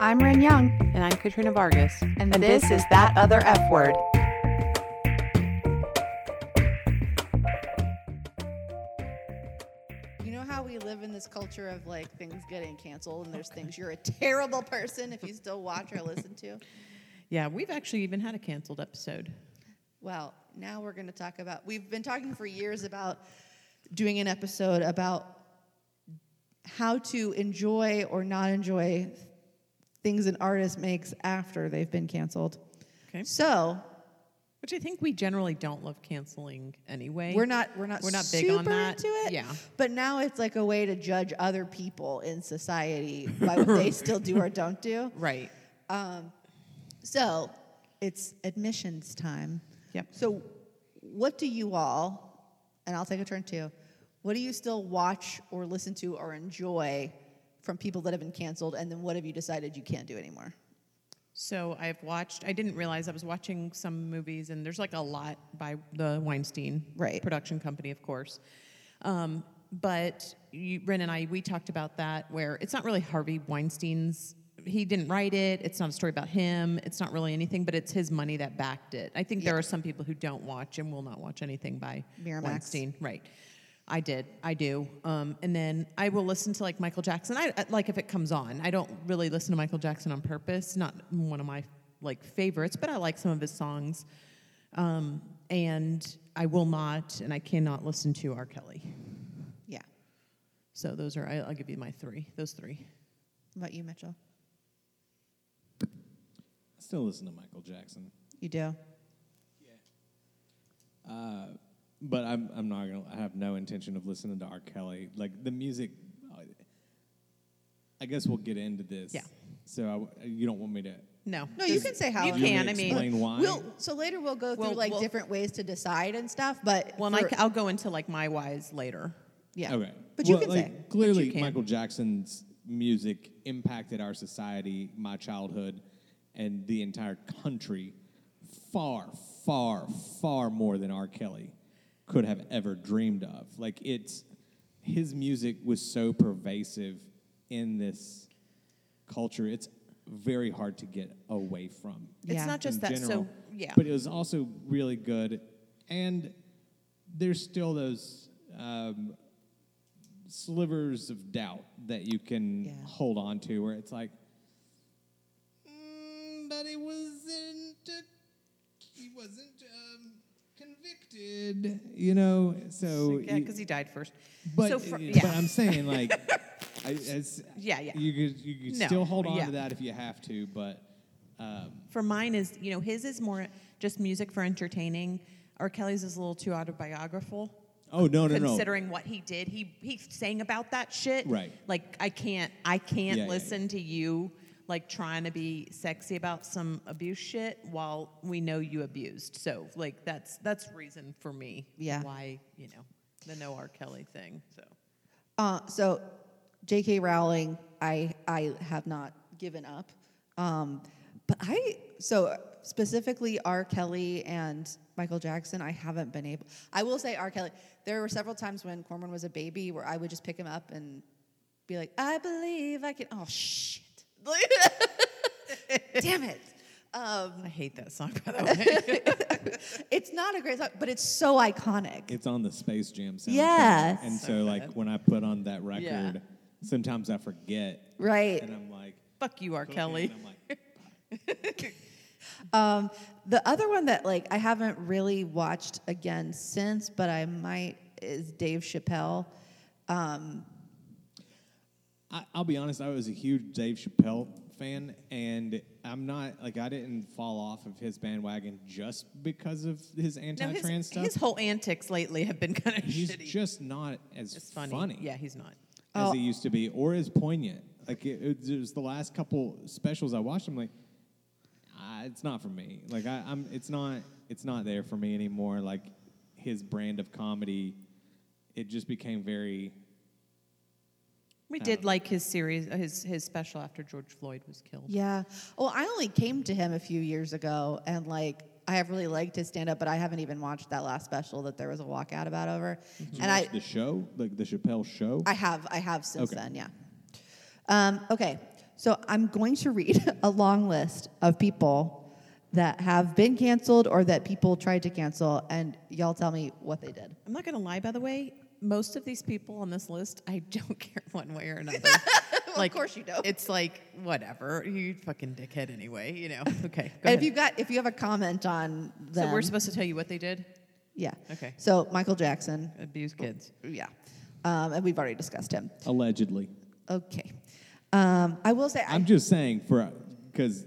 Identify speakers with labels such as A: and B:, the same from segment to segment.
A: I'm Ren Young,
B: And I'm Katrina Vargas.
A: and,
C: And this is That Other F Word.
A: You know how we live in this culture of like things getting canceled and there's things you're a terrible person if you still watch or listen to?
B: Yeah, we've actually even had a canceled episode.
A: Well, now we're going to talk about. We've been talking for years about doing an episode about how to enjoy or not enjoy things an artist makes after they've been canceled.
B: Okay.
A: So,
B: Which I think we generally don't love canceling anyway.
A: We're not we're not
B: We're not big
A: super
B: on that.
A: into it.
B: Yeah.
A: But now it's like a way to judge other people in society by what they still do or don't do.
B: Right.
A: So it's admissions time.
B: Yep.
A: So what do you all and I'll take a turn too, what do you still watch or listen to or enjoy from people that have been canceled and then what have you decided you can't do anymore?
B: So I've watched, I didn't realize I was watching some movies, and there's like a lot by the Weinstein
A: Right.
B: production company, of course. Um, but you, Ren and I, we talked about that where it's not really Harvey Weinstein's. He didn't write it. It's not a story about him. It's not really anything, but it's his money that backed it. I think there are some people who don't watch and will not watch anything by
A: Miramax.
B: Weinstein. Right. I did. I do. Um, and then I will listen to like Michael Jackson. I I- like if it comes on. I don't really listen to Michael Jackson on purpose. Not one of my like favorites, but I like some of his songs. Um, and I will not, and I cannot listen to R. Kelly.
A: Yeah.
B: So those are. I, I'll give you my three. Those three.
A: What about you, Mitchell?
D: I still listen to Michael Jackson,
A: You do.
D: but I'm I'm not gonna. I have no intention of listening to R. Kelly. Like the music, uh, I guess we'll get into this.
B: Yeah.
D: So I w you don't want me to
B: No.
A: No, you
B: Just-
A: can say how
B: You
A: it is.
B: can. I
D: explain
B: mean.
D: why.
A: We'll, so later we'll go through
B: Well,
A: like
B: we'll-
A: different ways to decide and stuff, but
B: Well, and I,
A: for-
B: ca- I'll go into like my whys later.
A: yeah.
D: Okay.
A: But you
D: Well,
A: can
D: like,
A: say.
D: Clearly,
B: can.
D: Michael Jackson's music impacted our society, my childhood, and the entire country far, far, far more than R. Kelly could have ever dreamed of. Like, it's his music was so pervasive in this culture, it's very hard to get away from
A: Yeah.
B: It's not just
D: in
B: that.
D: general,
B: So yeah.
D: But it was also really good, and there's still those um, slivers of doubt that you can
A: Yeah.
D: hold on to, where it's like, mm, but he wasn't, uh, he wasn't um, convicted, you know. So
B: yeah,
D: you-
B: because he died first.
D: but,
B: so for,
D: uh,
B: yeah.
D: but I'm saying like, I, as,
B: Yeah, yeah.
D: you could you could
B: No,
D: still hold on
B: yeah.
D: to that if you have to, but. Um,
B: For mine is, you know, his is more just music for entertaining. R. Kelly's is a little too autobiographical.
D: Oh no no no!
B: considering what he did, he he sang about that shit.
D: Right.
B: Like I can't I can't
D: Yeah, yeah,
B: listen to you like trying to be sexy about some abuse shit while we know you abused. So like that's that's reason for me.
A: Yeah.
B: Why you know the no R Kelly thing. So
A: Uh, so, J.K. Rowling, I I have not given up, um, but I so specifically R. Kelly and Michael Jackson, I haven't been able. I will say R. Kelly. There were several times when Corman was a baby where I would just pick him up and be like, "I believe I can." Oh shit! Damn it! Um,
B: I hate that song by the way.
A: it's not a great song, but it's so iconic.
D: It's on the Space Jam soundtrack.
A: Yes.
D: And so, like, when I put on that record,
B: Yeah.
D: sometimes I forget.
A: right.
D: And I'm like,
B: Fuck you, R.
D: okay,
B: Kelly.
D: And I'm like,
A: Um, the other one that like I haven't really watched again since, but I might is Dave Chappelle. Um,
D: I, I'll be honest, I was a huge Dave Chappelle fan, and I'm not, like, I didn't fall off of his bandwagon just because of his
B: No,
D: anti
B: his,
D: trans stuff.
B: his whole antics lately have been kind of
D: he's
B: shitty.
D: just not as
B: it's funny.
D: funny.
B: Yeah, he's not.
D: as
A: Oh.
D: he used to be, or as poignant. Like it, it, it was the last couple specials I watched. I'm like, ah, it's not for me. Like I, I'm, it's not, it's not there for me anymore. Like his brand of comedy, it just became very.
B: We did like his series, uh, his his special after George Floyd was killed.
A: yeah. Well, I only came to him a few years ago, and like I have really liked his stand up, but I haven't even watched that last special that there was a walkout about over. And I,
D: the show, like the Chappelle show.
A: I have, I have since
D: Okay.
A: then. Yeah. Um, okay. So I'm going to read a long list of people that have been canceled or that people tried to cancel, and y'all tell me what they did.
B: I'm not going to lie, by the way. Most of these people on this list, I don't care one way or another. like,
A: course you don't.
B: It's like whatever. You fucking dickhead anyway. You know. Okay. Go
A: And if
B: ahead.
A: you got if you have a comment on them,
B: so we're supposed to tell you what they did?
A: yeah.
B: Okay.
A: So Michael Jackson,
B: Abuse kids.
A: yeah, um, and we've already discussed him.
D: allegedly.
A: Okay. Um, I will say
D: I'm
A: I,
D: just saying for because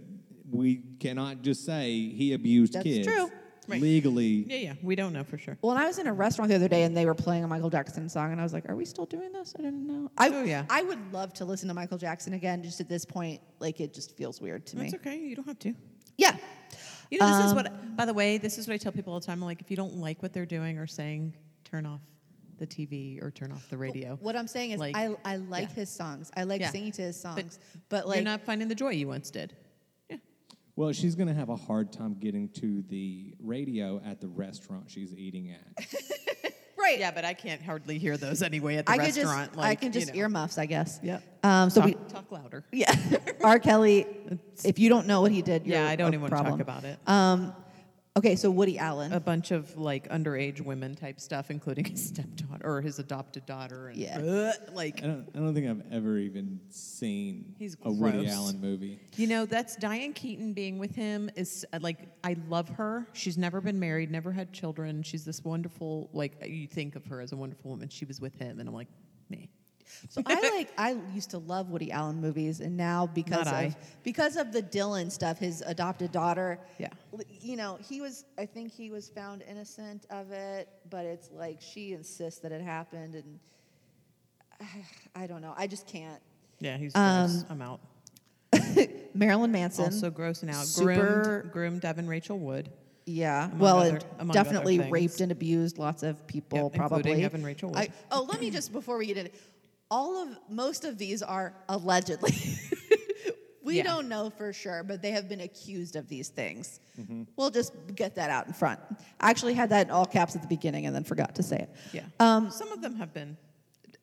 D: we cannot just say he abused
A: That's
D: kids.
A: true.
B: Right.
D: Legally,
B: Yeah, yeah. We don't know for sure.
A: well, and I was in a restaurant the other day and they were playing a Michael Jackson song, and I was like, "Are we still doing this? I didn't know." I,
B: Oh, yeah.
A: I would love to listen to Michael Jackson again. Just at this point, like it just feels weird to me.
B: That's okay. You don't have to.
A: Yeah.
B: You know, this is what. By the way, this is what I tell people all the time. I'm like, if you don't like what they're doing or saying, turn off the TV or turn off the radio.
A: What I'm saying is,
B: Like,
A: I, I like
B: yeah.
A: his songs. I like
B: Yeah.
A: singing to his songs, but,
B: but,
A: like
B: you're not finding the joy you once did. Yeah.
D: well, she's gonna have a hard time getting to the radio at the restaurant she's eating at.
A: right.
B: Yeah, but I can't hardly hear those anyway at the
A: I could just
B: restaurant.
A: I
B: like,
A: can
B: you
A: just
B: know.
A: earmuffs, I guess.
B: Yeah.
A: Um. So
B: talk,
A: we
B: talk louder.
A: yeah. R. Kelly. If you don't know what he did,
B: Yeah,
A: you're
B: I don't
A: a
B: even
A: problem.
B: talk about it.
A: Um. Okay, so Woody Allen.
B: a bunch of like underage women type stuff, including his stepdaughter or his adopted daughter. And
A: Yeah.
B: Ugh, like
D: I don't, I don't think I've ever even seen
B: He's
D: a Woody
B: gross.
D: Allen movie.
B: you know, that's Diane Keaton being with him is uh, like I love her. She's never been married, never had children. She's this wonderful like you think of her as a wonderful woman. She was with him, and I'm like, me.
A: So I like I used to love Woody Allen movies, and now because
B: Not I.
A: of because of the Dylan stuff, his adopted daughter.
B: Yeah.
A: l- You know, he was. I think he was found innocent of it, but it's like she insists that it happened, and I don't know. I just can't.
B: Yeah, he's
A: Um,
B: gross. I'm out.
A: Marilyn Manson.
B: Also gross and out.
A: super-
B: groomed, groomed Evan Rachel Wood.
A: yeah.
B: Among
A: Well,
B: other-
A: and
B: among other
A: definitely
B: things.
A: raped and abused lots of people,
B: Yep, including
A: probably.
B: Evan Rachel Wood.
A: I- oh, let me just before we get in, all of most of these are allegedly. we
B: Yeah.
A: don't know for sure, but they have been accused of these things.
B: Mm-hmm.
A: We'll just get that out in front. I actually had that in all caps at the beginning and then forgot to say it.
B: Yeah.
A: Um,
B: Some of them have been.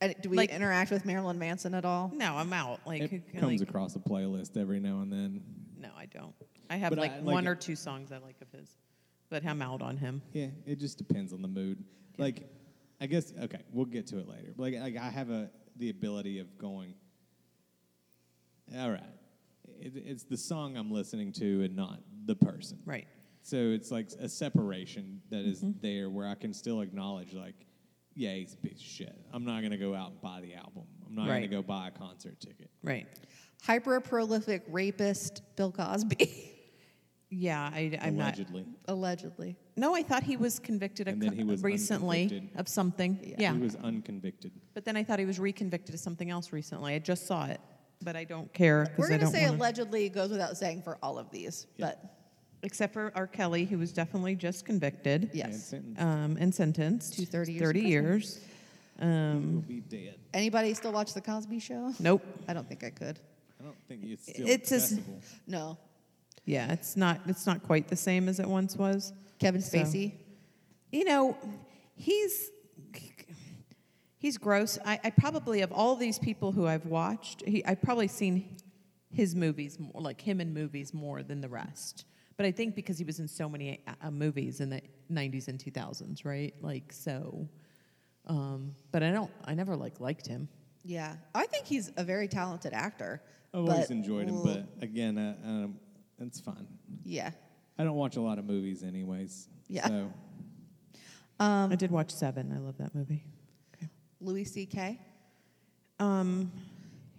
A: and do we
B: Like-
A: interact with Marilyn Manson at all?
B: No, I'm out. Like,
D: It
B: like,
D: comes across a playlist every now and then.
B: No, I don't. I have
D: But
B: like,
D: I like
B: one
D: it.
B: or two songs I like of his, but I'm out on him.
D: Yeah, it just depends on the mood. Like, I guess okay, we'll get to it later. Like, like I have a the ability of going. All right, it, it's the song I'm listening to and not the person.
B: Right. Mm-hmm.
D: So it's like a separation that is there where I can still acknowledge like, yeah, he's a piece of shit. I'm not gonna go out and buy the album. I'm not
B: Right.
D: gonna go buy a concert ticket.
B: Right.
A: Hyper prolific rapist Bill Cosby,
B: Yeah, I, I'm
D: allegedly,
A: allegedly.
B: not. No, I thought he was convicted
D: And
B: of,
D: then he was
B: recently
D: unconvicted.
B: of something. Yeah.
D: he was unconvicted.
B: but then I thought he was reconvicted of something else recently. I just saw it, but I don't care. 'cause
A: We're
B: I
A: going to
B: don't
A: say
B: wanna-
A: allegedly goes without saying for all of these, but
B: Except for R. Kelly, who was definitely just convicted
D: And
A: yes.
D: sentenced.
B: um, and sentenced
A: To 30 years
B: 30
A: in prison.
B: years. Um,
D: He'll be dead.
A: Anybody still watch The Cosby Show?
B: nope.
A: I don't think I could.
D: I don't think it's still
B: It's as-
D: accessible.
A: No.
B: Yeah, it's not. It's not quite the same as it once was.
A: Kevin
B: So-
A: Spacey.
B: You know, he's he's gross. I, I probably of all these people who I've watched, he, I've probably seen his movies more, like him in movies more than the rest. But I think because he was in so many uh, movies in the '90s and 2000s, right? Like so. Um, but I don't. I never like liked him.
A: Yeah. I think he's a very talented actor.
D: I've always
A: but-
D: enjoyed him,
A: Ugh.
D: but again, uh, um, it's fine.
A: Yeah.
D: I don't watch a lot of movies, anyways.
A: Yeah.
D: So
B: I did watch Seven. I love that movie.
A: Louis C.K.
B: Um,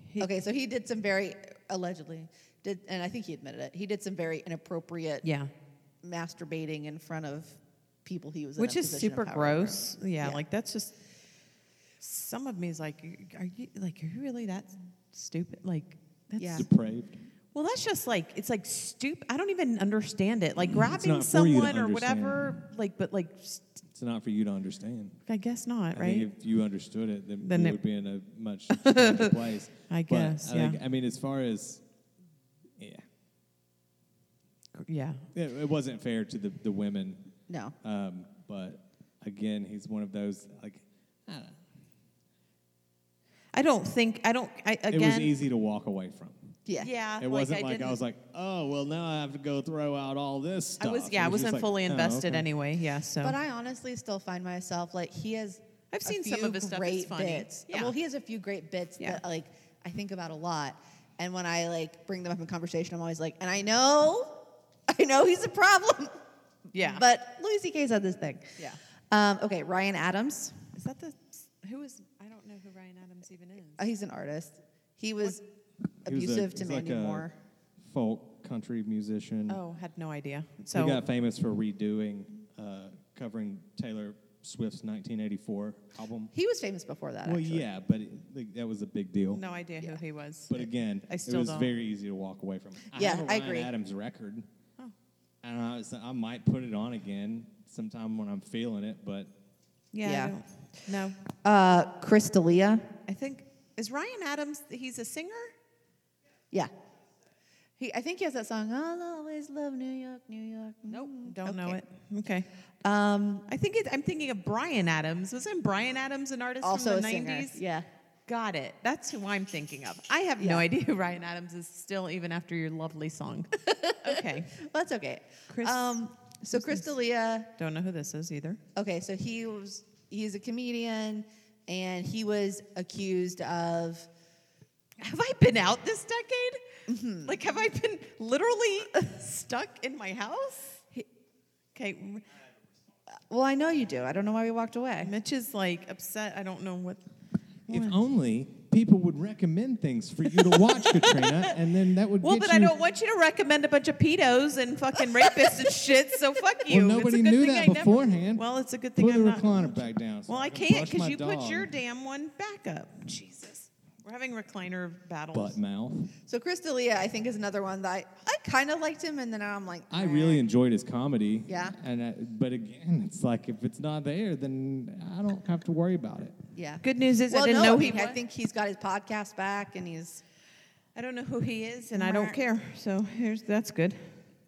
B: he-
A: Okay, so he did some very, allegedly, did, and I think he admitted it, he did some very inappropriate
B: yeah.
A: masturbating in front of people he was in.
B: which
A: a
B: is
A: position of
B: super
A: power over.
B: gross. Yeah,
A: Yeah.
B: like that's just some of me is like, are you like are you really that stupid? Like that's
A: Yeah.
D: depraved.
B: well, that's just like it's like stupid. I don't even understand it. Like grabbing
D: Mm, not for you to
B: someone or
D: understand.
B: whatever. Like, but like, st-
D: It's not for you to understand.
B: I guess not,
D: I
B: right?
D: think if you understood it, then,
B: Then
D: you
B: it-
D: would be in a much better place.
B: I
D: But
B: guess,
D: I, think-
B: yeah.
D: I mean, as far as yeah,
B: yeah,
D: it, it wasn't fair to the the women.
A: No.
D: Um, but again, he's one of those like I don't know.
B: I don't think I don't. I again,
D: it was easy to walk away from.
A: Yeah.
B: Yeah.
D: It wasn't
B: I
D: like I,
B: didn't-
D: was like, oh, well, now I have to go throw out all this
B: I
D: stuff.
B: was, yeah, I
D: It was just
B: wasn't
D: like,
B: fully
D: oh,
B: invested
D: okay.
B: anyway. Yeah, so.
A: But I honestly still find myself like he has.
B: I've
A: a
B: seen some
A: few
B: of his stuff. It's
A: Great
B: funny.
A: bits.
B: Yeah.
A: Well, he has a few great bits
B: Yeah.
A: that like I think about a lot, and when I like bring them up in conversation, I'm always like, and I know, I know he's a problem.
B: Yeah.
A: But Louis C.K. said this thing.
B: Yeah.
A: Um, okay, Ryan Adams.
B: Is that the. Who is. I don't know who Ryan Adams even is.
A: Uh, he's an artist. He was
D: He was a-
A: abusive to
D: he's like
A: Mandy
D: a
A: Moore.
D: Folk country musician.
B: Oh, had no idea.
D: He
B: So.
D: got famous for redoing, uh, covering Taylor Swift's 1984 album.
A: He was famous before that.
D: well,
A: actually.
D: yeah, but it, like, that was a big deal.
B: No idea who he was.
D: But again,
B: I still
D: it was
B: don't.
D: very easy to walk away from. I
A: Yeah,
D: have a
A: I
D: Ryan
A: agree.
D: Adams record.
B: Oh.
D: And I, was, I might put it on again sometime when I'm feeling it, but
B: yeah. I
A: Yeah.
B: don't- no.
A: Uh, Chris D'Elia.
B: I think. Is Ryan Adams. He's a singer?
A: Yeah. He, I think he has that song. I'll always love New York, New York.
B: Nope.
A: Mm.
B: Don't know
A: Okay.
B: it. Okay.
A: Um,
B: I think it, I'm thinking of Brian Adams. Wasn't Brian Adams an artist
A: also
B: from
A: a
B: the 90s?
A: singer. Yeah.
B: Got it. That's who I'm thinking of. I have
A: Yeah.
B: no idea who Ryan Adams is still, even after your lovely song. okay.
A: That's okay.
B: Chris-
A: Um, so Chris D'Elia.
B: Don't know who this is either.
A: Okay, so he was he's a comedian, and he was accused of.
B: Have I been out this decade?
A: Mm-hmm.
B: Like, have I been literally stuck in my house? Okay.
A: Well, I know you do. I don't know why we walked away.
B: Mitch is like upset. I don't know what.
D: if only people would recommend things for you to watch, Katrina, and then that would
B: Well,
D: get
B: but
D: you
B: I don't want you to recommend a bunch of pedos and fucking rapists and shit, so fuck you. It's
D: Well,
B: a
D: nobody
B: good
D: knew
B: thing
D: that
B: I never-
D: beforehand.
B: well, it's a good thing
D: put the
B: I'm not.
D: recliner back down. so
B: Well, I
D: can
B: can't
D: brush
B: because
D: my
B: you put
D: dog.
B: your damn one back up. Jesus. We're having recliner battles.
D: butt mouth.
A: So Chris D'Elia, I think, is another one that I, I kind of liked him, and then I'm like,
D: I
A: "Meh."
D: really enjoyed his comedy.
A: Yeah.
D: And I, but again, it's like if it's not there, then I don't have to worry about it.
A: yeah.
B: Good news is
A: well,
B: I didn't
A: no,
B: know
A: "Eh." I
B: he
A: mean, I
B: was.
A: think he's got his podcast back, and he's
B: I don't know who he is, and I don't care. So here's that's good.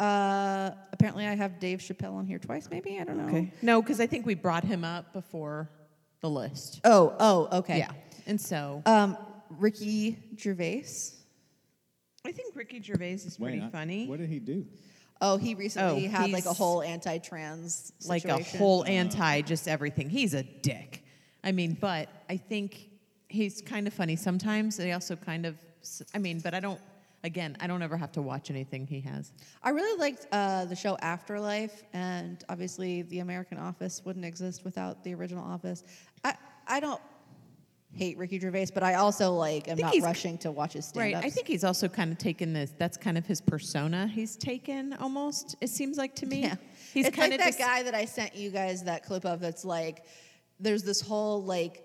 A: uh, apparently I have Dave Chappelle on here twice, maybe I don't know.
B: Okay. No, because I think we brought him up before the list.
A: Oh, oh, okay.
B: Yeah. And so
A: Um, Ricky Gervais.
B: I think Ricky Gervais is
D: Wait,
B: pretty
D: I-
B: funny.
D: What did he do?
A: Oh, he recently
B: Oh,
A: had like a
B: he's-
A: whole anti-trans,
B: like a
A: situation.
B: whole anti just everything. He's a dick. I mean, but I think he's kind of funny sometimes. They also kind of s- I mean, but I don't again, I don't ever have to watch anything he has.
A: I really liked uh, the show Afterlife, and obviously the American Office wouldn't exist without the original Office. I I don't hate Ricky Gervais, but I also like am
B: think
A: not
B: he's-
A: rushing to watch his
B: Right.
A: stand-ups.
B: I think he's also kind of taken this. That's kind of his persona. He's taken almost. It seems like to me.
A: Yeah.
B: He's
A: it's
B: kind
A: like
B: of
A: that
B: just-
A: guy that I sent you guys that clip of that's like there's this whole like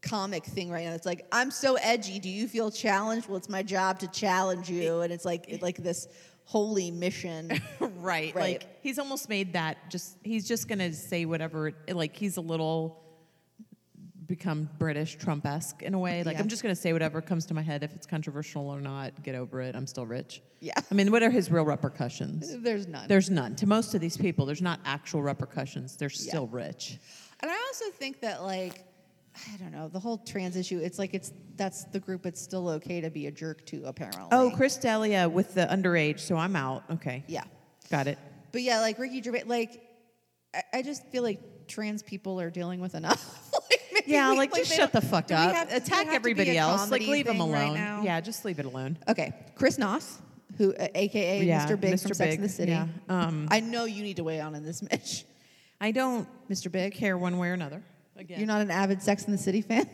A: comic thing right now that's like I'm so edgy do you feel challenged well it's my job to challenge you and it's like it, like this holy mission
B: right.
A: Right.
B: Like he's almost made that. Just he's just gonna say whatever. Like he's a little become British Trump esque in a way. Like
A: Yeah.
B: I'm just gonna say whatever comes to my head. If it's controversial or not, get over it. I'm still rich.
A: Yeah.
B: I mean, what are his real repercussions?
A: there's none
B: There's none. To most of these people, there's not actual repercussions. They're still rich.
A: and I also think that like I don't know the whole trans issue it's like it's that's the group it's still okay to be a jerk to apparently
B: Oh, Chris D'Elia with the underage, so I'm out. Okay.
A: yeah
B: Got it.
A: but yeah like Ricky Gervais like I, I just feel like trans people are dealing with enough like maybe
B: Yeah,
A: we-
B: like, just
A: they
B: shut the
A: don't-
B: fuck
A: do we
B: up.
A: have- does it have
B: Attack
A: to be
B: everybody
A: a
B: else. Like
A: comedy
B: leave them
A: thing
B: alone.
A: right now?
B: yeah, just leave it alone.
A: Okay, Chris Noth, who uh, AKA
B: Yeah,
A: Mr. Big from
B: Mr.
A: Sex and the
B: Big,
A: City.
B: yeah. Um,
A: I know you need to weigh on in this, Mitch.
B: I don't
A: Mr. Big,
B: care one way or another. Again,
A: you're not an avid Sex and the City fan.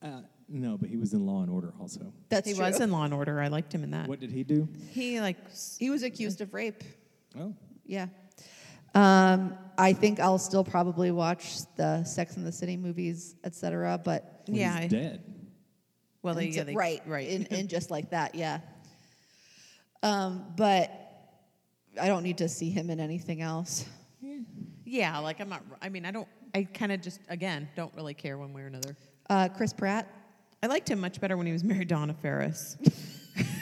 D: Uh, no, but he was in Law and Order also.
A: That's
B: he
A: true.
B: was in Law and Order. I liked him in that.
D: What did he do?
B: He like s-
A: He was accused of rape.
D: Oh,
A: Yeah. Um, I think I'll still probably watch the Sex and the City movies, etc. But
D: well,
B: yeah, I-
D: he's dead.
B: well, they,
A: And
B: yeah,
A: so-
B: they,
A: right,
B: right.
A: and, and just like that, yeah. Um, but I don't need to see him in anything else.
B: yeah, like I'm not. I mean, I don't. I kind of just again don't really care one way or another.
A: Uh, Chris Pratt.
B: I liked him much better when he was married to Anna Ferris.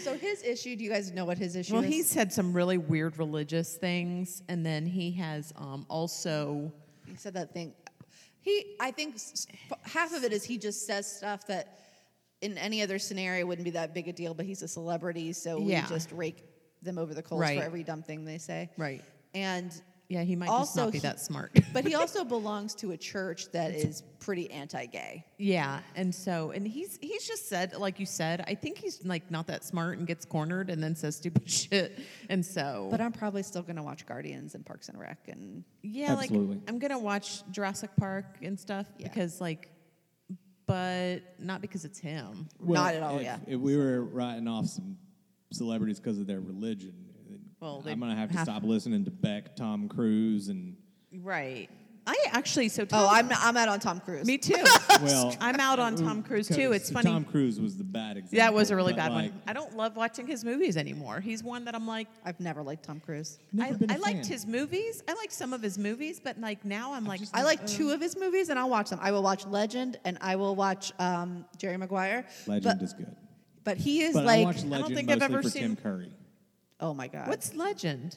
A: So his issue. Do you guys know what his issue
B: well,
A: is?
B: he's had some really weird religious things, and then he has um, also.
A: He said that thing. He, I think s- s- half of it is he just says stuff that in any other scenario it wouldn't be that big a deal, but he's a celebrity, so
B: Yeah.
A: we just rake them over the coals
B: Right.
A: for every dumb thing they say.
B: Right.
A: And
B: Yeah, he might just
A: also
B: not be
A: he-
B: that smart.
A: but he also belongs to a church that is pretty anti-gay.
B: yeah, and so and he's he's just said like you said, I think he's like not that smart and gets cornered and then says stupid shit. And so
A: But I'm probably still going to watch Guardians and Parks and Rec and
B: Yeah,
D: Absolutely.
B: like I'm gonna watch Jurassic Park and stuff
A: Yeah.
B: because like, but not because it's him.
A: Not at all,
D: If,
A: yeah.
D: if we were writing off some celebrities because of their religion,
B: Well, they
D: I'm gonna have to
B: have-
D: stop listening to Beck, Tom Cruise, and
B: Right. I actually so. Tom,
A: Oh, I'm I'm out on Tom Cruise.
B: Me too.
D: well,
B: I'm out on Tom Cruise too. It's
D: so
B: funny.
D: Tom Cruise was the bad example.
B: that was a really
D: but,
B: bad
D: like,
B: one. I don't love watching his movies anymore. He's one that I'm like.
A: I've never liked Tom Cruise.
B: I,
D: Never been a
B: I liked
D: fan.
B: his movies. I liked some of his movies, but like now I'm like
A: I like two of his movies, and I'll watch them. I will watch Legend, and I will watch um, Jerry Maguire.
D: Legend
A: but,
D: is good,
A: but he is
D: but I
A: like,
D: watch Legend
B: think I've
D: mostly
B: ever
D: for
B: seen-
D: Tim Curry.
A: oh my god,
B: What's Legend?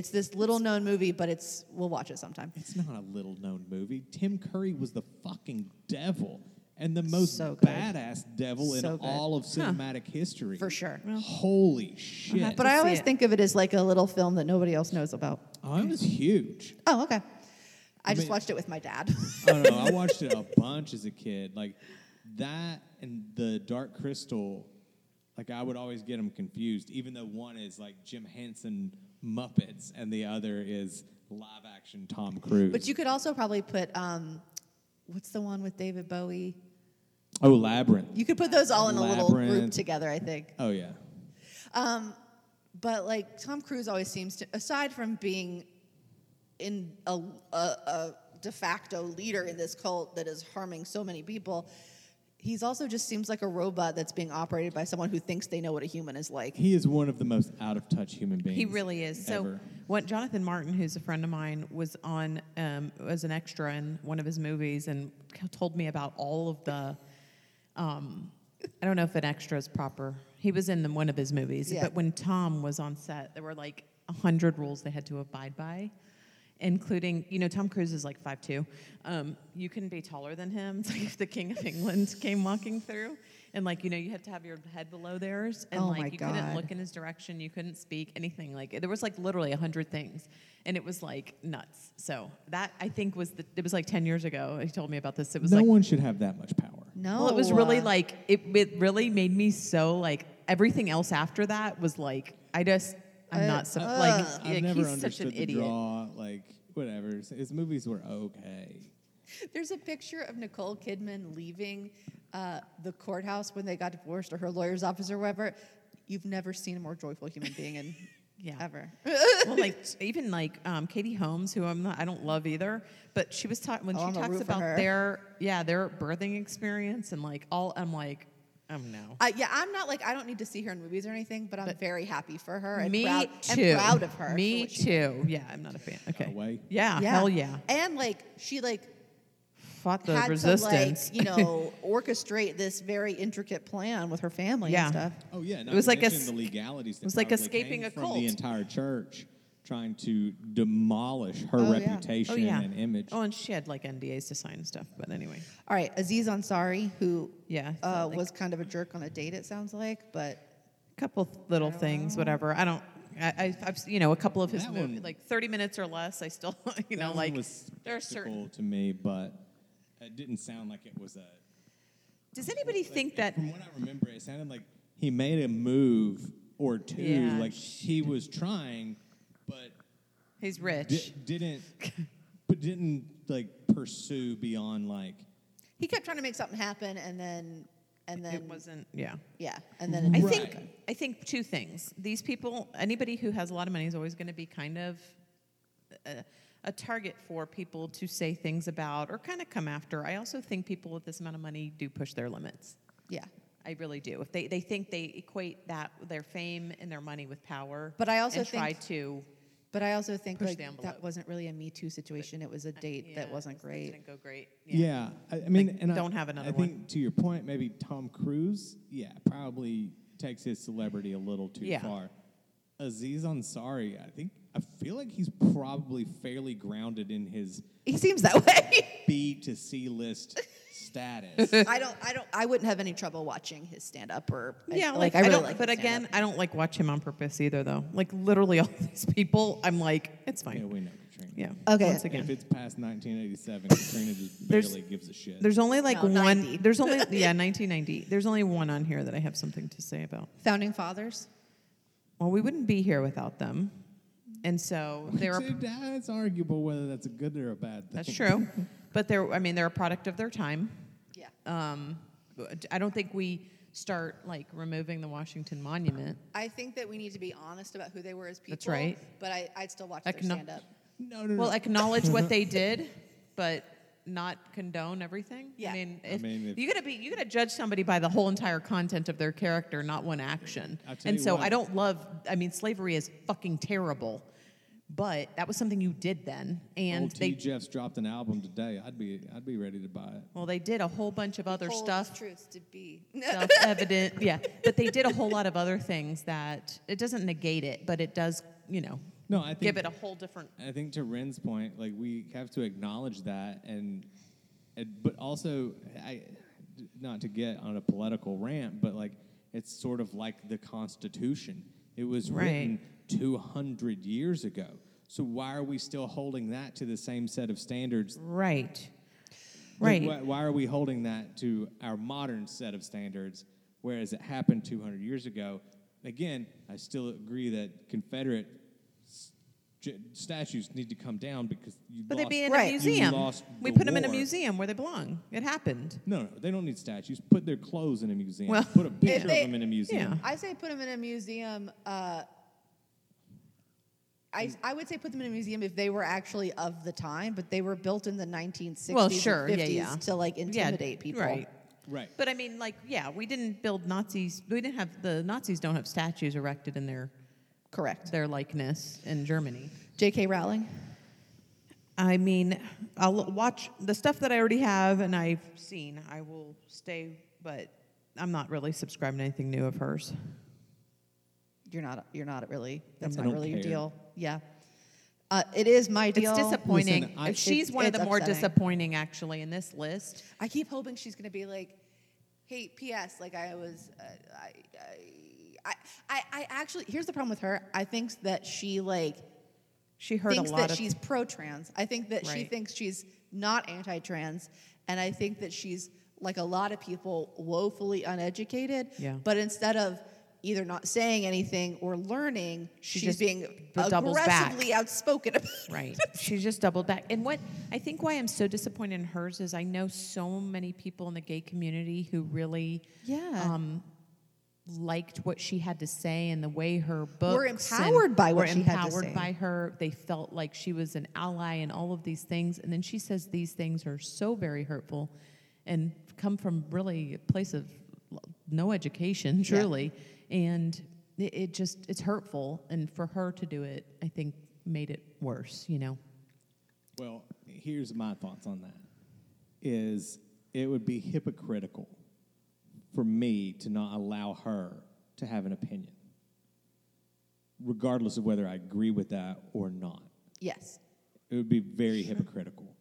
A: It's this little known movie, but it's we'll watch it sometime.
D: It's not a little known movie. Tim Curry was the fucking devil and the most
A: So good.
D: badass devil in
A: So good.
D: all of cinematic history.
A: For sure.
D: Holy shit.
A: But I
B: see
A: always
B: it.
A: think of it as like a little film that nobody else knows about.
D: oh, it was huge.
A: Oh, okay. I just
D: mean-
A: watched it with my dad.
D: I don't know. I watched it a bunch as a kid. Like that and the Dark Crystal. Like I would always get them confused, even though one is like Jim Henson Muppets and the other is live action Tom Cruise.
A: but you could also probably put um, what's the one with David Bowie?
D: oh, Labyrinth.
A: You could put those all in a little group
D: Labyrinth.
A: together, I think.
D: Oh yeah.
A: But like Tom Cruise always seems to, aside from being in a, a, a de facto leader in this cult that is harming so many people, he's also just seems like a robot that's being operated by someone who thinks they know what a human is like.
D: He is one of the most out of touch human beings.
B: He really is. So,
D: ever.
B: what Jonathan Martin, who's a friend of mine, was on um, was an extra in one of his movies and c- told me about all of the. Um, I don't know if an extra is proper. He was in the, one of his movies,
A: Yeah.
B: but when Tom was on set, there were like a hundred rules they had to abide by, including you know Tom Cruise is like five two. Um, you can be taller than him. It's like if the King of England came walking through, and like you know you had to have your head below theirs, and
A: Oh
B: like
A: my
B: you couldn't
A: God.
B: look in his direction. You couldn't speak anything. Like there was like literally a hundred things, and it was like nuts. So that I think was the. It was like ten years ago. He told me about this. It was
D: No
B: like
D: one should have that much power.
A: No,
B: well, it was really
A: uh,
B: like it. It really made me so like everything else after that was like I just I'm
A: Uh,
B: not so
A: uh.
B: like,
A: I've
B: like,
D: I've never
B: he's such
D: understood
B: an
D: the
B: idiot.
D: draw. Like whatever. His movies were okay.
A: There's a picture of Nicole Kidman leaving uh, the courthouse when they got divorced, or her lawyer's office, or whatever. You've never seen a more joyful human being, in
B: Yeah.
A: ever.
B: well, like even like um, Katie Holmes, who I'm not, I don't love either, but she was talking when
A: Oh,
B: she
A: I'm a
B: talks
A: root for
B: about
A: her.
B: their yeah their birthing experience and like all I'm like oh no
A: Uh, yeah, I'm not like I don't need to see her in movies or anything, but I'm very happy for her and
B: me
A: proud,
B: too
A: and proud of her. for
B: me
A: what she did.
B: too yeah I'm not a fan okay
D: Away.
B: yeah, hell yeah
A: And like she like
B: fought the
A: had
B: resistance
A: to like you know orchestrate this very intricate plan with her family
B: Yeah.
A: and stuff.
D: Oh yeah, no,
B: It was
D: to
B: like a
D: mention
B: s-
D: the legalities. That
B: it was like
D: probably
B: escaping
D: came
B: a
D: from
B: cult.
D: the entire church, trying to demolish her
A: Oh, yeah.
D: reputation
B: oh yeah
D: and image.
B: oh and she had like NDAs to sign and stuff but anyway
A: All right, Aziz Ansari, who
B: Yeah, I
A: uh,
B: felt like-
A: was kind of a jerk on a date, it sounds like, but
B: couple little things, whatever. I don't. I, I, I've you know a couple of his
D: That
B: movies,
D: one-
B: like thirty minutes or less. I still you
D: That
B: know
D: one
B: like
D: was
B: there are
D: skeptical
B: certain.
D: to me, but it didn't sound like it was a.
B: Does anybody think that?
D: like, From what I remember, it sounded like he made a move or two,
B: Yeah.
D: like he was trying, but
B: He's
D: di-
B: rich.
D: didn't, but didn't like pursue beyond like.
A: he kept trying to make something happen, and then and then
B: It wasn't. Yeah.
A: yeah, and then it
B: I
A: just-
B: think
D: Right.
B: I think two things. These people, anybody who has a lot of money, is always going to be kind of a, a target for people to say things about or kind of come after. I also think people with this amount of money do push their limits.
A: yeah.
B: I really do. If they, they think they equate that their fame and their money with power,
A: But I also
B: and try
A: think-
B: to
A: But I also think
B: Push
A: like
B: the envelope. Uh,
A: that wasn't really a Me Too situation. It was a date
B: yeah,
A: that wasn't
B: it
A: great.
B: Didn't go great.
D: Yeah, I, I mean,
B: Like,
D: and
B: don't
D: I,
B: have another
D: I
B: one.
D: think to your point, maybe Tom Cruise, yeah, probably takes his celebrity a little too
B: Yeah.
D: far. Aziz Ansari, I think, I feel like he's probably fairly grounded in his
A: He seems that way.
D: B to C list status.
A: I don't. I don't. I wouldn't have any trouble watching his stand up or
B: Yeah, like,
A: like, I really
B: don't.
A: like.
B: but
A: his
B: again,
A: stand-up.
B: I don't like watch him on purpose either, though. Like literally all these people, I'm like, it's
D: yeah,
B: fine.
D: we know Katrina.
B: Yeah.
A: Okay.
B: Once
D: If
B: again,
D: it's past 1987, Katrina just
B: There's-
D: barely gives a shit.
B: there's only like
A: No,
B: one.
A: 90.
B: There's only yeah, 1990. There's only one on here that I have something to say about.
A: founding fathers.
B: Well, we wouldn't be here without them, and so there are.
D: That's arguable whether that's a good or a bad thing.
B: That's true, but they're. I mean, they're a product of their time.
A: Yeah.
B: um, I don't think we start like removing the Washington Monument.
A: I think that we need to be honest about who they were as people.
B: That's right.
A: But I, I'd still watch
B: I
A: their
B: can-
A: stand up.
D: No, no, no.
B: Well, acknowledge what they did, but not condone everything.
A: Yeah.
B: I mean, if,
D: mean, if-
B: you gotta be you gotta judge somebody by the whole entire content of their character, not one action.
D: I'll tell
B: And
D: you
B: so
D: what.
B: I don't love. I mean, slavery is fucking terrible, but that was something you did then, and
D: Old
B: they.
D: T. Jeff's dropped an album today. I'd be, I'd be ready to buy it.
B: well, they did a whole bunch of other
A: Hold
B: stuff
A: Truth to be.
B: self-evident. yeah, but they did a whole lot of other things that it doesn't negate it, but it does, you know,
D: No, I think
B: give it a whole different.
D: I think to Ren's point, like we have to acknowledge that, and, and but also, I not to get on a political rant, but like it's sort of like the Constitution. It was
B: Right.
D: written two hundred years ago. So why are we still holding that to the same set of standards?
B: Right.
D: Like,
B: Right.
D: why, why are we holding that to our modern set of standards, whereas it happened 200 years ago? Again, I still agree that Confederate s- j- statues need to come down because you
B: But
D: lost.
B: they'd be in
A: Right.
B: a
A: You
B: museum.
D: lost
B: we
D: the
B: put them in a
D: war.
B: museum where they belong. It happened.
D: no, no, they don't need statues. Put their clothes in a museum.
B: Well,
D: put a picture
A: If they-
D: of them in a museum.
B: yeah.
A: I say put them in a museum. Uh, I, I would say put them in a museum if they were actually of the time, but they were built in the 1960s,
B: Well,
A: and
B: sure, yeah,
A: 50s
B: yeah.
A: to like
B: Yeah,
A: intimidate people.
B: Right.
D: Right.
B: But I mean, like, yeah, we didn't build Nazis. We didn't have the Nazis don't have statues erected in their
A: Correct.
B: their likeness in Germany.
A: J.K. Rowling.
B: I mean, I'll watch the stuff that I already have and I've seen. I will stay, but I'm not really subscribing to anything new of hers.
A: You're not. You're not really. That's
D: I
A: not
D: don't
A: really your
D: care.
A: deal. Yeah. Uh, it is my deal.
B: It's disappointing.
D: Listen, I-
B: If She's
A: It's-
B: one of
A: it's
B: the more
A: upsetting.
B: disappointing, actually, in this list.
A: I keep hoping she's gonna be like, "Hey, P.S. Like I was, uh, I, I, I, I actually. Here's the problem with her. I think that she like
B: She heard
A: thinks
B: a lot
A: that
B: of.
A: she's pro-trans. I think that she
B: Right.
A: thinks she's not anti-trans, and I think that she's like a lot of people, woefully uneducated.
B: Yeah.
A: But instead of either not saying anything or learning, she's
B: just
A: being
B: b- doubles back.
A: aggressively outspoken about it.
B: Right. She just doubled back. And what I think why I'm so disappointed in hers is I know so many people in the gay community who really
A: Yeah.
B: um, liked what she had to say and the way her books and
A: empowered by what
B: were
A: she had to
B: empowered
A: say.
B: by her. They felt like she was an ally in all of these things. And then she says these things are so very hurtful and come from really a place of l- no education, truly. And it, it just, it's hurtful. And for her to do it, I think made it worse, you know?
D: Well, here's my thoughts on that. Is it would be hypocritical for me to not allow her to have an opinion, regardless of whether I agree with that or not.
A: Yes.
D: It would be very hypocritical.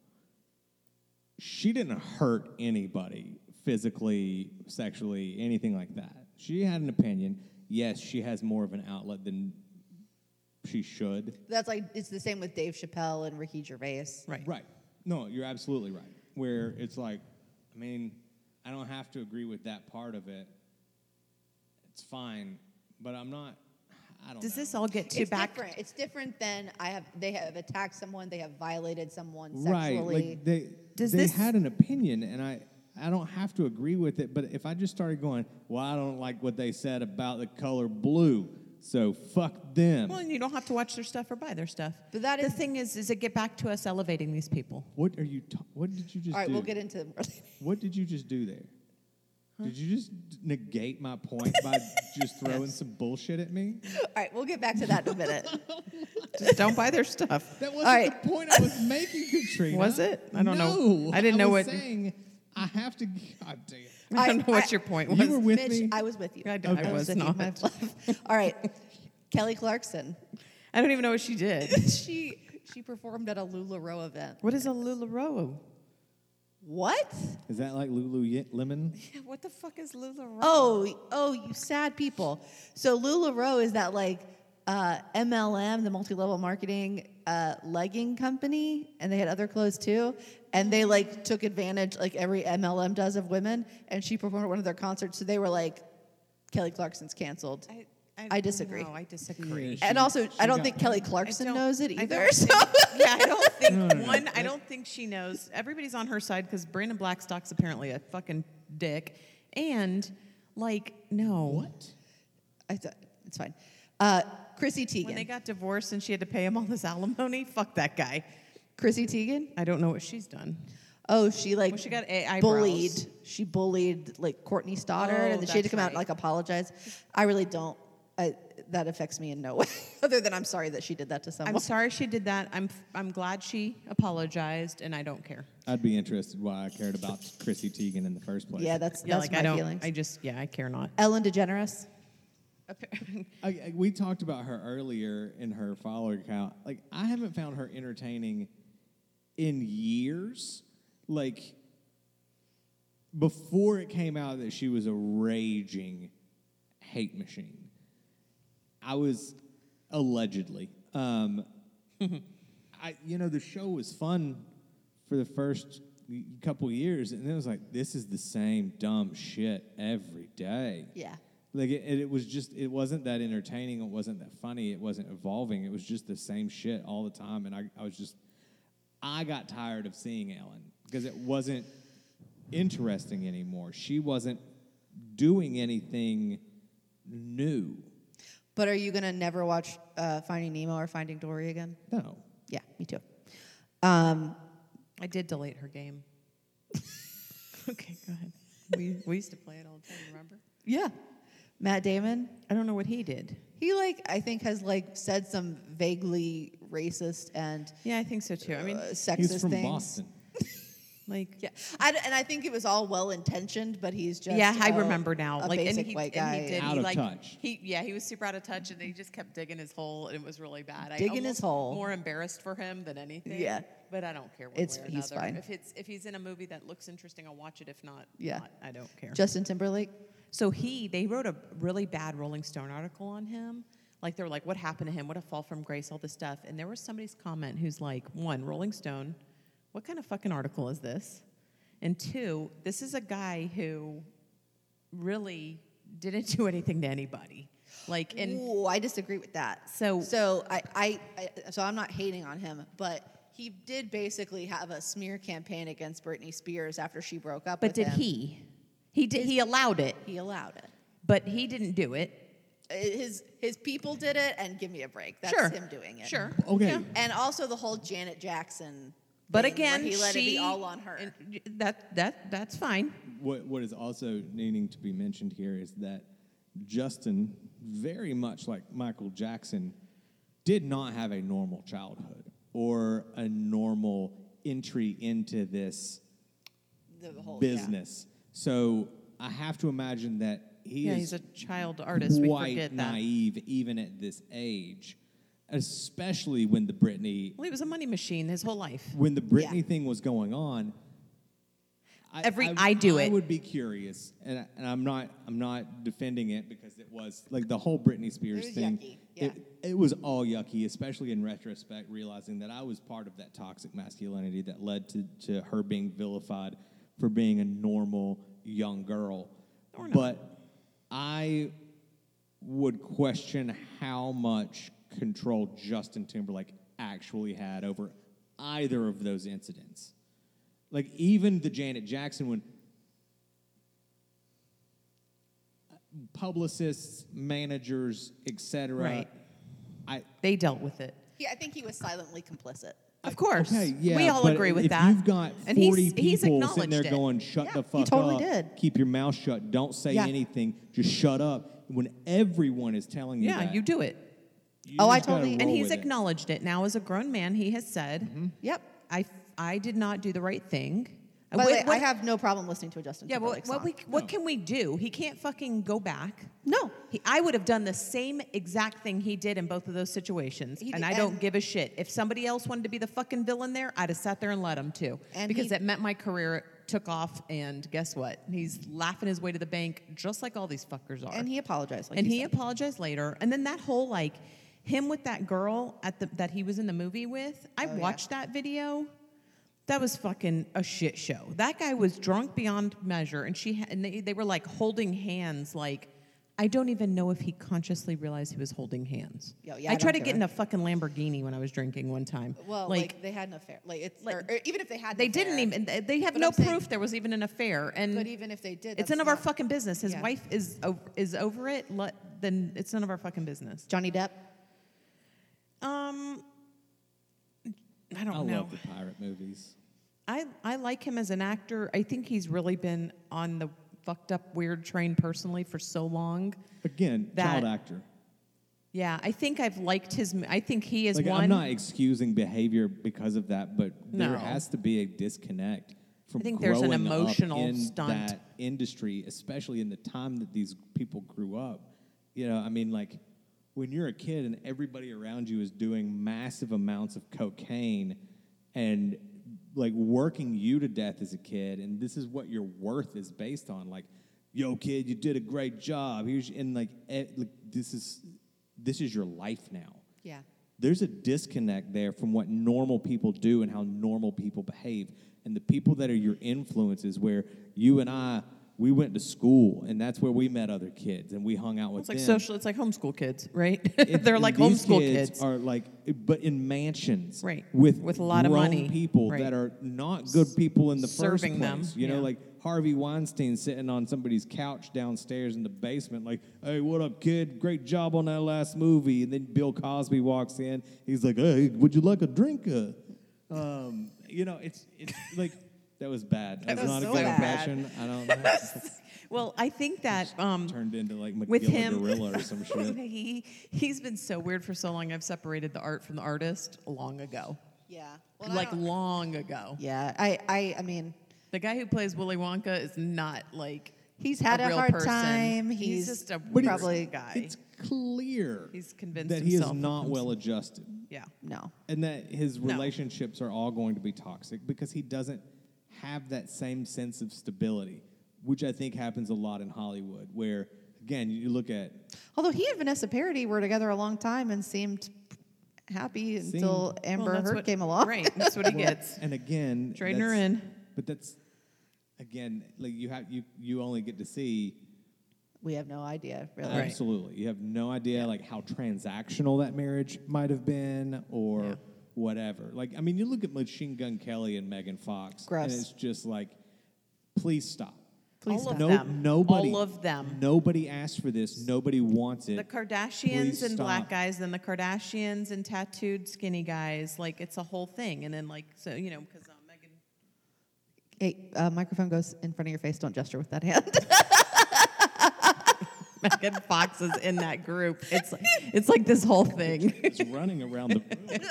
D: She didn't hurt anybody physically, sexually, anything like that. She had an opinion. Yes, she has more of an outlet than she should.
A: That's like it's the same with Dave Chappelle and Ricky Gervais.
B: Right.
D: Right. No, you're absolutely right. Where it's like, I mean, I don't have to agree with that part of it. It's fine, but I'm not. I don't.
B: Does this
D: know.
B: all get too
A: It's
B: back?
A: different. It's different than I have. They have attacked someone. They have violated someone
D: right?
A: sexually.
D: Like they
B: Does
D: they
B: this-
D: had an opinion, and I I don't have to agree with it. But if I just started going, well, I don't like what they said about the color blue, so fuck them.
B: Well, and you don't have to watch their stuff or buy their stuff.
A: But that
B: the
A: is-
B: thing is, is it get back to us elevating these people?
D: what are you? Ta- what did you just?
A: All right,
D: do?
A: we'll get into.
D: What did you just do there? Did you just negate my point by just throwing some bullshit at me?
A: All right, we'll get back to that in a minute.
B: Just don't buy their stuff.
D: That wasn't
A: right.
D: the point I was making, Katrina.
B: Was it? I don't know.
D: No,
B: I didn't know
D: was
B: what-
D: Saying I have to. God damn.
B: I don't know what
A: I-
B: your point was.
D: You were with
A: Mitch,
D: me.
A: I was with you.
B: I d- I was
A: with you,
B: not.
A: my love. All right, Kelly Clarkson.
B: I don't even know what she did.
A: She She performed at a LuLaRoe event.
B: What is a LuLaRoe?
A: What?
D: Is that like Lulu Ye- Lemon?
B: What the fuck is LuLaRoe?
A: Oh, oh, you sad people. So LuLaRoe is that like uh, MLM, the multi-level marketing uh, legging company, and they had other clothes too. And they like took advantage, like every MLM does, of women. And she performed at one of their concerts, so they were like, Kelly Clarkson's canceled.
B: I,
A: I disagree.
B: No, I disagree.
A: and also, I don't think Kelly
B: I
A: Clarkson
B: don't-
A: knows it
B: I
A: either.
B: don't
A: so-
B: think- yeah, I don't think one. I don't think she knows. Hmm. Everybody's on her side because Brandon Blackstock's apparently a fucking dick, and like no. What?
A: I thought it's fine. Uh, Chrissy Teigen.
B: When they got divorced and she had to pay him all this alimony, fuck that guy.
A: Chrissy Teigen.
B: I don't know what she's done.
A: Oh, she like
B: Well, she got a- eyebrows.
A: bullied. She bullied like Courtney Stoddard,
B: Oh,
A: and then she had to
B: that's
A: come out and
B: right.
A: like apologize. I really don't. I, that affects me in no way, other than I'm sorry that she did that to someone.
B: I'm sorry she did that. I'm I'm glad she apologized, and I don't care.
D: I'd be interested why I cared about Chrissy Teigen in the first place.
A: yeah, that's
B: Yeah,
A: that's
B: like
A: my
B: I don't.
A: feelings.
B: I just yeah, I care not.
A: Ellen DeGeneres.
D: I, I, we talked about her earlier in her follower count. Like, I haven't found her entertaining in years. Like, before it came out that she was a raging hate machine, I was allegedly. Um, I, you know, the show was fun for the first couple years, and then it was like, this is the same dumb shit every day.
A: Yeah.
D: Like it, it, was just it wasn't that entertaining, it wasn't that funny, it wasn't evolving. It was just the same shit all the time, and I, I was just I got tired of seeing Ellen because it wasn't interesting anymore. She wasn't doing anything new.
A: But are you gonna never watch uh, Finding Nemo or Finding Dory again?
D: No,
A: Yeah, me too. Um,
B: I did delete her game. okay, go ahead. We, we used to play it all the time, remember?
A: yeah, Matt Damon.
B: I don't know what he did.
A: He like I think has like said some vaguely racist and
B: Yeah, I think so too. I
A: uh,
B: mean,
A: sexist
D: he's from
A: things.
D: Boston.
B: like,
A: Yeah, I d and I think it was all well intentioned, but he's just
B: yeah, I
A: a-
B: remember now.
A: A
B: like,
A: basic
B: and he,
A: white guy.
B: and he did.
D: Out
B: he,
D: of
B: like,
D: touch.
B: He, yeah, he was super out of touch, and he just kept digging his hole, and it was really bad. I
A: Digging
B: almost
A: his hole.
B: More embarrassed for him than anything.
A: Yeah.
B: but I don't care. One
A: It's-
B: way or
A: he's
B: another.
A: fine.
B: If it's if he's in a movie that looks interesting, I'll watch it. If not,
A: Yeah.
B: not, I don't care.
A: Justin Timberlake.
B: So he, they wrote a really bad Rolling Stone article on him. Like they were like, what happened to him? What a fall from grace, all this stuff. And there was somebody's comment who's like, one, Rolling Stone, what kind of fucking article is this? And two, this is a guy who really didn't do anything to anybody. Like, and
A: Ooh, I disagree with that.
B: So-
A: so I, I, I so I'm not hating on him, but he did basically have a smear campaign against Britney Spears after she broke up.
B: but
A: with
B: did
A: him.
B: he? He did. He allowed it,
A: He allowed it.
B: but he didn't do it.
A: I- His his people did it, and give me a break. That's
B: sure,
A: him doing it.
B: Sure.
D: Okay,
B: Yeah.
A: And also the whole Janet Jackson.
B: But
A: thing where
B: again,
A: he let
B: she,
A: it be all on her.
B: and that that that's fine.
D: what what is also needing to be mentioned here is that Justin, very much like Michael Jackson, did not have a normal childhood or a normal entry into this
A: the whole yeah.
D: business. So I have to imagine that he
B: yeah,
D: is
B: he's a child artist. We
D: quite
B: forget that.
D: naive even at this age, especially when the Britney
B: Well, he was a money machine his whole life.
D: when the Britney
A: Yeah.
D: thing was going on. I,
B: Every- I do
D: I
B: it.
D: would be curious, and, I, and I'm not. I'm not defending it because it was like the whole Britney
A: It
D: Spears
A: was
D: thing.
A: yucky, yeah.
D: It, it was all yucky, especially in retrospect, realizing that I was part of that toxic masculinity that led to, to her being vilified for being a normal young girl. But I would question how much control Justin Timberlake actually had over either of those incidents. Like even the Janet Jackson one, publicists, managers, etc.
B: Right.
D: I
B: They dealt with it.
A: Yeah, I think he was silently complicit.
B: Of course.
D: okay, yeah,
B: we all
D: but
B: agree with
D: if
B: that.
D: You've got
B: and
D: forty
B: he's, he's
D: people
B: acknowledged
D: sitting there
B: it.
D: going, "Shut
A: Yeah,
D: the
A: he
D: fuck
A: totally
D: up!
A: did.
D: Keep your mouth shut. Don't say
A: Yeah.
D: anything. Just shut up." When everyone is telling you,
B: yeah,
D: that,
B: you do it.
D: you
A: Oh, I
D: just gotta
A: totally-
B: And
D: roll
B: he's
D: with it. Mm-hmm.
B: acknowledged it. Now, as a grown man, he has said,
A: Yep.
B: I, I did not do the right thing.
A: By the
B: What-
A: way, I
B: what-
A: have no problem listening to a Justin
B: Yeah,
A: Timberlake
B: what, what
A: song.
B: we what can we do? He can't fucking go back.
A: No.
B: He, I would have done the same exact thing he did in both of those situations,
A: He
B: and
A: did-
B: I don't
A: and-
B: give a shit. If somebody else wanted to be the fucking villain there, I'd have sat there and let him too,
A: And
B: because
A: he-
B: that meant my career took off. And guess what? He's laughing his way to the bank, just like all these fuckers are.
A: and he apologized. Like
B: and
A: you
B: he
A: said.
B: apologized later. And then that whole like him with that girl at the that he was in the movie with.
A: Oh,
B: I watched that video. That was fucking a shit show. That guy was drunk beyond measure, and she ha- and they, they were like holding hands. Like I don't even know if he consciously realized he was holding hands.
A: Yo, yeah, I
B: I,
A: don't
B: tried to
A: give
B: get
A: a-
B: in a fucking Lamborghini when I was drinking one time.
A: Well, like, they had an affair. Like it's like, or, even if they had, an
B: they didn't
A: affair,
B: even. They, they have
A: But
B: no
A: I'm saying-
B: proof there was even an affair. And
A: But even if they did,
B: it's
A: that's
B: none of our
A: not-
B: fucking business. His
A: Yeah.
B: wife is over, is over it. Let, then it's none of our fucking business.
A: Johnny Depp.
B: Um, I don't
D: I
B: know.
D: love the pirate movies.
B: I I like him as an actor. I think he's really been on the fucked up weird train personally for so long.
D: Again,
B: That-
D: child actor.
B: Yeah, I think I've liked his. m- I think he is
D: Like
B: one.
D: I'm not excusing behavior because of that, but
B: No.
D: there has to be a disconnect from
B: I think there's an
D: growing up
B: emotional
D: in
B: stunt.
D: that industry, especially in the time that these people grew up. You know, I mean, like when you're a kid and everybody around you is doing massive amounts of cocaine and like working you to death as a kid, and this is what your worth is based on. Like, yo, kid, you did a great job. Here's and like, eh, like this is this is your life now
A: Yeah.
D: there's a disconnect there from what normal people do and how normal people behave and the people that are your influences where you and i we went to school and that's where we met other kids and we hung out with
B: it's like
D: them
B: social. It's like homeschool kids, right?
D: It's-
B: They're
D: and
B: like
D: these
B: homeschool
D: kids,
B: kids.
D: are like but in mansions
B: Right.
D: with
B: With a lot of
D: grown
B: money.
D: people
B: Right.
D: that are not good people in the
B: Serving
D: first
B: them,
D: place you know
B: yeah.
D: like harvey weinstein sitting on somebody's couch downstairs in the basement like hey what up kid great job on that last movie and then bill cosby walks in he's like hey would you like a drink uh? um, you know it's it's like that was bad that
A: was
D: not
A: so
D: exactly
A: bad.
D: fashion i don't know
B: well, I think that um,
D: turned into like
B: with him
D: McGilla gorilla or some shit
B: he he's been so weird for so long. I've separated the art from the artist long ago,
A: Yeah.
B: like long ago.
A: yeah. I, I, I mean,
B: The guy who plays Willy Wonka is not like
A: he's had a,
B: real
A: hard
B: person.
A: time.
B: He's,
A: He's,
B: just a
A: but it's-
B: probably guy.
D: It's clear
B: He's convinced
D: that he is
B: himself of
D: not
B: himself.
D: well adjusted
B: yeah.
A: no.
D: and that his relationships are all going to be toxic because he doesn't have that same sense of stability, which I think happens a lot in Hollywood, where again, you look at
A: Although he and Vanessa Paradis were together a long time and seemed happy until Amber
B: that's
A: Heard
B: what-
A: came along.
B: Right, that's what he gets.
D: and again
B: Trading her
D: that's-
B: in.
D: But that's again like you have you you only get to see
A: We have no idea, really.
B: Right.
D: Absolutely. You have no idea like how transactional that marriage might have been or
B: Yeah.
D: whatever. Like I mean, you look at Machine Gun Kelly and Megan Fox
A: Gross.
D: and it's just like please stop.
A: Please
B: All of
A: stop.
D: No,
B: them.
D: nobody.
B: All of them.
D: Nobody asked for this. Nobody wants it.
B: The Kardashians
D: Please
B: and black
D: stop.
B: guys, then the Kardashians and tattooed skinny guys. Like it's a whole thing. And then like so you know because um, Megan.
A: Hey, uh, microphone goes in front of your face. Don't gesture with that hand.
B: Megan Fox is in that group. It's like, it's like this whole thing.
D: It's running around the room. trying to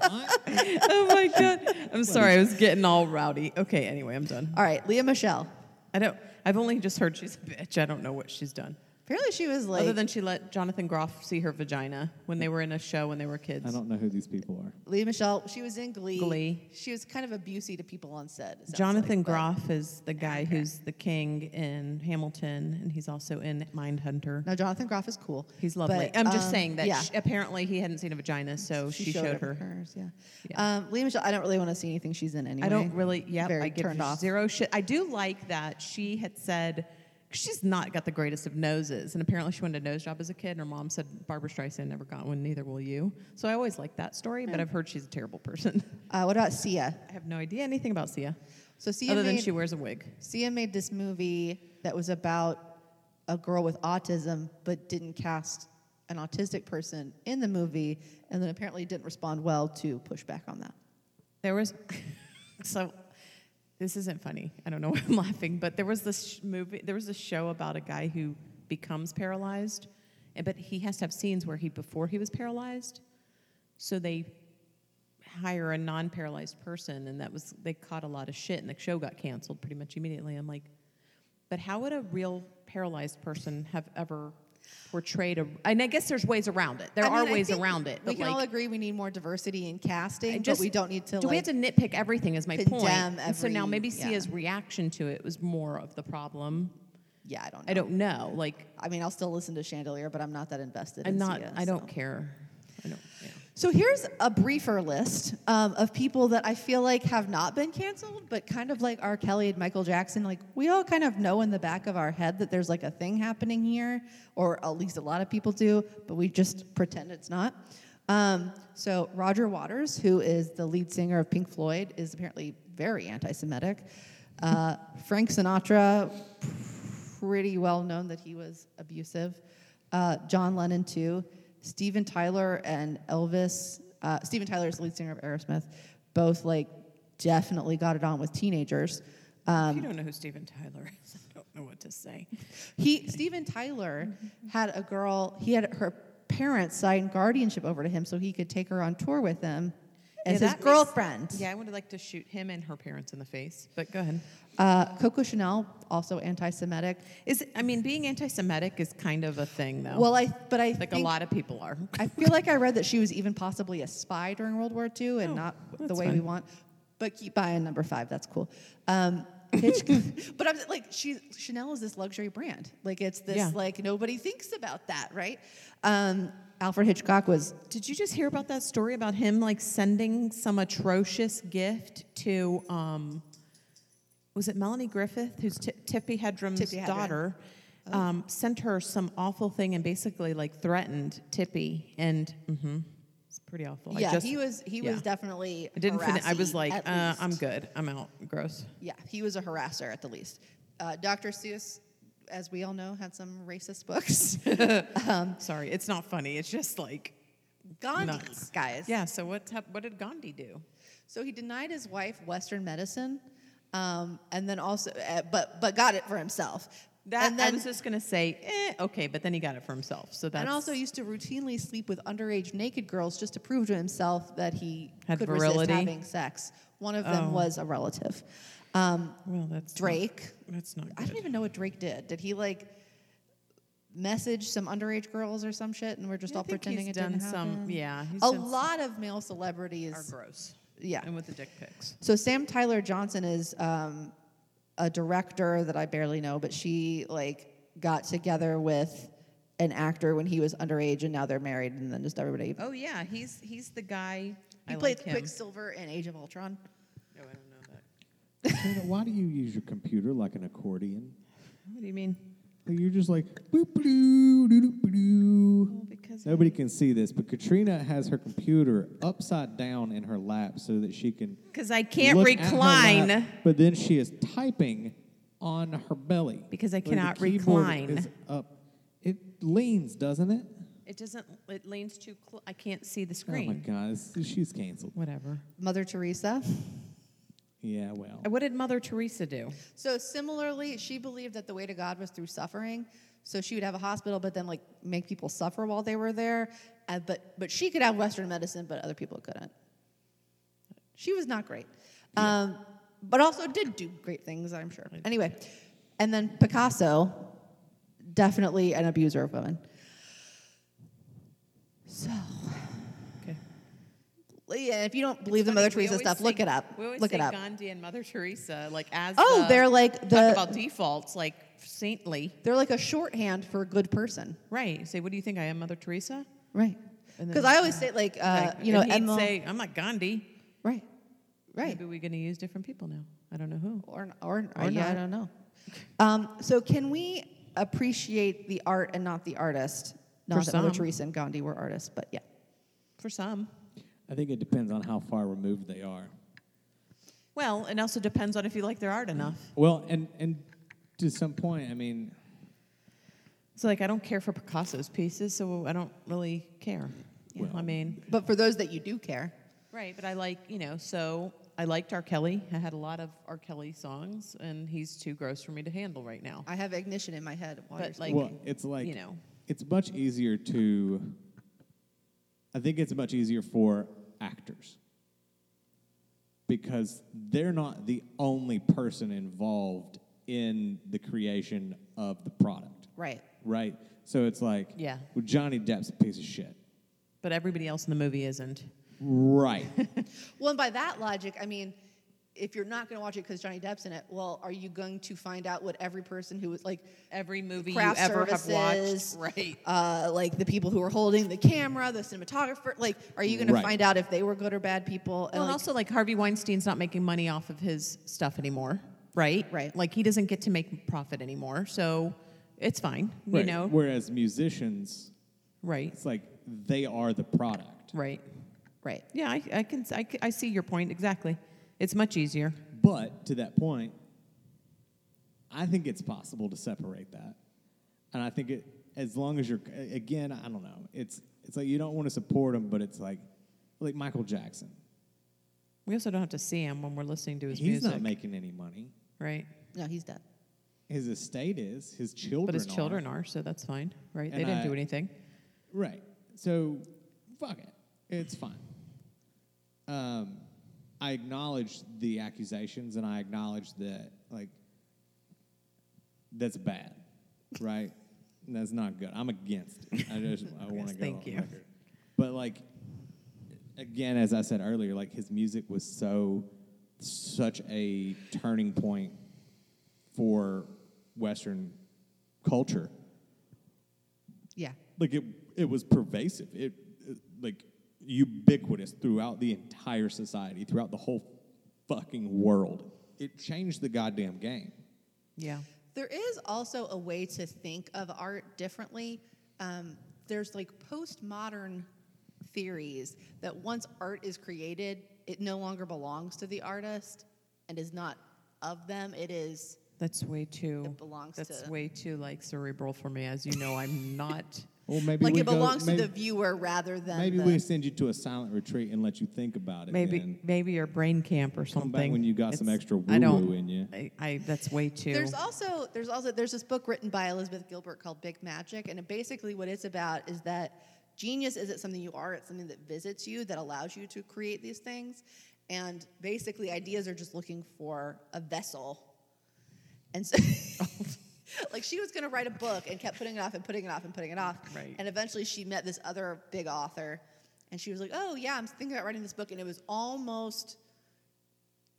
D: find it.
B: oh my god! I'm sorry, I was getting all rowdy. Okay, anyway, I'm done.
A: All right, Leah Michelle.
B: I don't. I've only just heard she's a bitch. I don't know what she's done.
A: Apparently, she was like
B: Other than she let Jonathan Groff see her vagina when they were in a show when they were kids.
D: I don't know who these people are.
A: Leah Michelle. She was in Glee.
B: Glee.
A: She was kind of abusive to people on set. it sounds
B: Jonathan
A: like, but-
B: Groff is the guy who's the king in Hamilton, and he's also in Mindhunter.
A: No, Jonathan Groff is cool.
B: He's lovely.
A: but,
B: I'm just
A: um,
B: saying that
A: yeah.
B: sh apparently he hadn't seen a vagina, so she, showed, her.
A: hers. Yeah. Um, Leah Michelle. I don't really want to see anything she's in anyway.
B: I don't really. Yeah,
A: Very
B: I give
A: turned off.
B: zero shit. I do like that she had said. 'cause She's not got the greatest of noses, and apparently she wanted a nose job as a kid. And her mom said Barbara Streisand never got one, neither will you. So I always liked that story,
A: Hmm.
B: but I've heard she's a terrible person.
A: Uh, what about Sia?
B: I have no idea anything about Sia,
A: So Sia
B: other
A: made,
B: than she wears a wig.
A: Sia made this movie that was about a girl with autism, but didn't cast an autistic person in the movie, and then apparently didn't respond well to pushback on that.
B: There was so this isn't funny. I don't know why I'm laughing, but there was this sh- movie. There was a show about a guy who becomes paralyzed, and but he has to have scenes where he before he was paralyzed. So they hire a non-paralyzed person, and that was they caught a lot of shit, and the show got canceled pretty much immediately. I'm like, but how would a real paralyzed person have ever portrayed a? And I guess there's ways around it. There
A: I mean,
B: are
A: I
B: ways
A: think
B: around it.
A: We
B: but
A: can all
B: like,
A: agree we need more diversity in
B: I
A: casting, but we don't need to.
B: Do we
A: like-
B: have to nitpick everything? Is my point.
A: condemn
B: And so now
A: every-
B: maybe Sia's
A: yeah.
B: reaction to it was more of the problem.
A: Yeah, I don't. Know.
B: I don't know. Like
A: I mean, I'll still listen to Chandelier, but I'm not that invested.
B: I'm
A: in
B: not.
A: Sia,
B: I
A: so.
B: don't care. I don't. Yeah.
A: So here's a briefer list um, of people that I feel like have not been canceled, but kind of like R. Kelly and Michael Jackson, like we all kind of know in the back of our head that there's like a thing happening here, or at least a lot of people do, but we just pretend it's not. Um, so Roger Waters, who is the lead singer of Pink Floyd, is apparently very anti-Semitic. Uh, Frank Sinatra, pretty well known that he was abusive. Uh, John Lennon too. Steven Tyler and Elvis. Uh, Steven Tyler is the lead singer of Aerosmith. Both like definitely got it on with teenagers. Um,
B: if you don't know who Steven Tyler is, I don't know what to say.
A: He Steven Tyler
B: Mm-hmm.
A: had a girl. He had her parents sign guardianship over to him so he could take her on tour with him as his girlfriend.
B: yeah, I would like to shoot him and her parents in the face. But go ahead.
A: Uh, Coco Chanel also anti-Semitic.
B: Is I mean, being anti-Semitic is kind of a thing, though.
A: Well, I but I
B: like a
A: think-
B: lot of people are.
A: I feel like I read that she was even possibly a spy during World War II and not the
B: Oh, that's
A: way we
B: fine.
A: want. But keep buying number five. That's cool. Um, Hitchcock, but I'm like she Chanel is this luxury brand. Like it's this
B: Yeah.
A: like nobody thinks about that, right? Um, Alfred Hitchcock was
B: Did you just hear about that story about him like sending some atrocious gift to um was it Melanie Griffith who's Ti Tippy Hedrum's
A: Tippi Hedren. Oh.
B: daughter um, sent her some awful thing and basically like threatened Tippy and hmm it's pretty awful. Oh, I
A: yeah
B: just-
A: he was he
B: yeah.
A: was definitely
B: I didn't finish. I was
A: harassy,
B: like
A: at
B: uh,
A: least.
B: I'm good. I'm out. Gross.
A: Yeah, he was a harasser at the least. Uh, Dr. Seuss, as we all know, had some racist books.
B: Sorry. It's not funny. It's just like
A: Gandhi's
B: Nuts.
A: guys.
B: yeah, so what hap- what did Gandhi do?
A: So he denied his wife Western medicine, um, and then also, uh, but but got it for himself.
B: That
A: and then,
B: I was just going to say eh, okay, but then he got it for himself. So that's
A: and also used to routinely sleep with underage naked girls just to prove to himself that he
B: Had
A: could resist
B: virility? Oh.
A: having sex. One of them was a relative. Um,
B: well that's not-
A: Drake.
B: that's not
A: I
B: good.
A: don't even know what Drake did. Did he like message some underage girls or some shit, and we're just
B: I
A: all
B: think
A: pretending
B: he's
A: it didn't
B: done some-
A: happen?
B: yeah, he's
A: a
B: done some-
A: lot of male celebrities
B: are gross.
A: Yeah.
B: And with the dick pics.
A: So Sam Tyler Johnson is um, a director that I barely know, but she like got together with an actor when he was underage, and now they're married, and then just everybody.
B: Oh yeah, he's he's the guy. I
A: he played
B: like him.
A: Quicksilver in Age of Ultron.
B: No, Oh, I don't know that.
D: Dana, Why do you use your computer like an accordion?
B: What do you mean?
D: You're just like boop blue doo doo blue.
B: because
D: Nobody can see this, but Katrina has her computer upside down in her lap so that she can
B: Because I can't
D: look at her
B: recline.
D: lap, but then she is typing on her belly
B: Because I
D: Like, the
B: cannot
D: keyboard
B: recline.
D: Is up. It leans, doesn't it?
B: It doesn't. It leans too. Cl- I can't see the
D: Oh my
B: screen.
D: God, it's- she's canceled.
B: Whatever.
A: Mother Teresa.
D: Yeah, well,
B: What did Mother Teresa do?
A: So similarly, she believed that the way to God was through suffering. So she would have a hospital, but then like make people suffer while they were there. Uh, but but she could have Western medicine, but other people couldn't. She was not great, um, but also did do great things, I'm sure. Anyway, and then Picasso, definitely an abuser of women. So,
B: Okay.
A: yeah, if you don't believe the Mother Teresa stuff, look it up.
B: We always
A: Look
B: say
A: it up.
B: Gandhi and Mother Teresa, like as
A: Oh,
B: the-
A: they're like
B: talk
A: the-
B: about defaults, like saintly.
A: They're like a shorthand for a good person.
B: Right. You say, what do you think I am, Mother Teresa?
A: Right.
B: And
A: Because
B: then-
A: I always say, like, uh,
B: Like,
A: you know,
B: and he'd
A: Emma.
B: say, I'm not Gandhi.
A: right. Right.
B: Maybe we're going to use different people now. I don't know who.
A: Or, or, or
B: Or
A: yeah,
B: not.
A: I don't know. Um, so, can we appreciate the art and not the artist? Not that Mother
B: some.
A: Teresa and Gandhi were artists, but yeah.
B: For some.
D: I think it depends on how far removed they are.
B: Well, it also depends on if you like their art enough.
D: Well, and and to some point, I mean,
B: So, like, I don't care for Picasso's pieces, so I don't really care. You know, I mean,
A: But for those that you do care,
B: right, but I like, you know, so I liked R. Kelly. I had a lot of R. Kelly songs, and he's too gross for me to handle right now.
A: I have ignition in my head. while
B: But,
A: you're
B: like-
A: speaking.
D: well, it's like
B: you know.
D: it's much easier to. I think it's much easier for actors because they're not the only person involved in the creation of the product,
A: Right.
D: right? So it's like,
B: Yeah.
D: well, Johnny Depp's a piece of shit,
B: But everybody else in the movie isn't.
D: right?
A: Well, and by that logic, I mean, if you're not going to watch it because Johnny Depp's in it, well, are you going to find out what every person who was like,
B: Every movie
A: Craft
B: you ever
A: services.
B: have watched, right?
A: uh, like the people who were holding the camera, the cinematographer, like, are you going
D: Right.
A: to find out if they were good or bad people?
B: Well, and
A: like,
B: also like Harvey Weinstein's not making money off of his stuff anymore, right?
A: Right.
B: Like he doesn't get to make profit anymore, so it's fine, you
D: Right.
B: know.
D: Whereas musicians,
B: right.
D: it's like they are the product,
B: Right.
A: right.
B: Yeah, I, I can I, c- I see your point exactly. It's much easier.
D: But to that point, I think it's possible to separate that, and I think it as long as you're a- again, I don't know. It's it's like you don't want to support him, but it's like like Michael Jackson.
B: We also don't have to see him when we're listening to his
D: He's
B: music,
D: not making any money.
B: right?
A: No, he's dead.
D: His estate is his children.
B: But his
D: are.
B: children are, so that's fine, right? they
D: And
B: didn't
D: I-
B: do anything.
D: right. So fuck it, it's fine. Um, I acknowledge the accusations, and I acknowledge that like that's bad, right? And that's not good. I'm against it. I just I want to
B: Yes,
D: go.
B: thank
D: on
B: you.
D: record. But like again, as I said earlier, like his music was so such a turning point for Western culture.
A: Yeah.
D: Like it it was pervasive. It, it like ubiquitous throughout the entire society, throughout the whole fucking world. It changed the goddamn game.
B: Yeah.
A: There is also a way to think of art differently. Um, there's like postmodern theories that once art is created, it no longer belongs to the artist and is not of them. It is
B: That's way too.
A: It belongs
B: That's
A: to-
B: way too like cerebral for me, as you know. I'm not.
D: Well, maybe
A: like
D: we
A: it
D: go-
A: belongs
D: maybe-
A: to the viewer rather than
D: Maybe
A: the,
D: we send you to a silent retreat and let you think about it.
B: Maybe
D: then.
B: maybe your brain camp or something.
D: back when you got some extra
B: I don't-
D: woo-woo in you.
B: I, I that's way too.
A: There's also there's also there's this book written by Elizabeth Gilbert called Big Magic, and it basically what it's about is that genius isn't something you are; it's something that visits you that allows you to create these things. And basically, ideas are just looking for a vessel, and so. Like she was going to write a book and kept putting it off and putting it off and putting it off.
B: Right.
A: And eventually she met this other big author and she was like, "Oh, yeah, I'm thinking about writing this book." And it was almost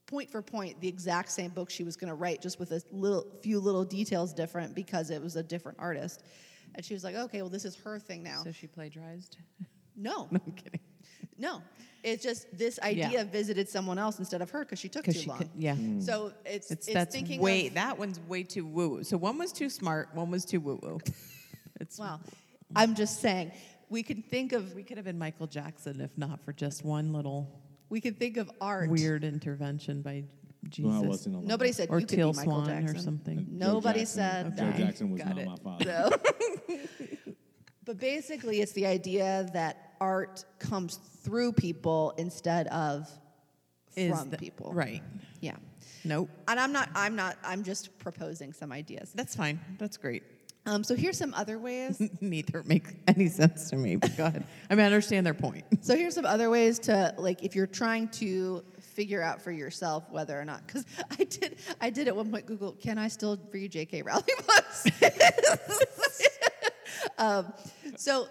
A: point for point the exact same book she was going to write just with a little few little details different because it was a different artist and she was like okay well this is her thing now
B: so she plagiarized.
A: no
B: No, I'm kidding.
A: no it's just this idea
B: Yeah.
A: visited someone else instead of her because she took too
B: Because she
A: long
B: could, yeah.
D: Mm.
A: so it's
B: It's,
A: it's,
B: that's
A: thinking
B: way
A: of,
B: that one's way too woo woo. So one was too smart, one was too woo woo. It's
A: well i'm just saying we can think of
B: we could have been Michael Jackson if not for just one little
A: we can think of art
B: weird intervention by Jesus
D: Well, I wasn't alive.
A: nobody said
B: or
A: you could
B: Till
A: be michael
B: Swan
A: jackson
B: or something.
A: Nobody
D: Jackson-
A: said
D: Joe
A: that.
D: Jackson was
B: Got
D: not
B: it.
D: my father.
A: So, but basically, it's the idea that art comes through people instead of
B: Is
A: from
B: the-
A: people.
B: right?
A: Yeah.
B: Nope.
A: And I'm not. I'm not. I'm just proposing some ideas.
B: That's fine. That's great.
A: Um, so here's some other ways.
B: Neither make any sense to me. But go ahead. I mean, I understand their point.
A: so here's some other ways to like if you're trying to figure out for yourself whether or not because I did. I did at one point Google. Can I still read J.K. Rowling books? Um, So,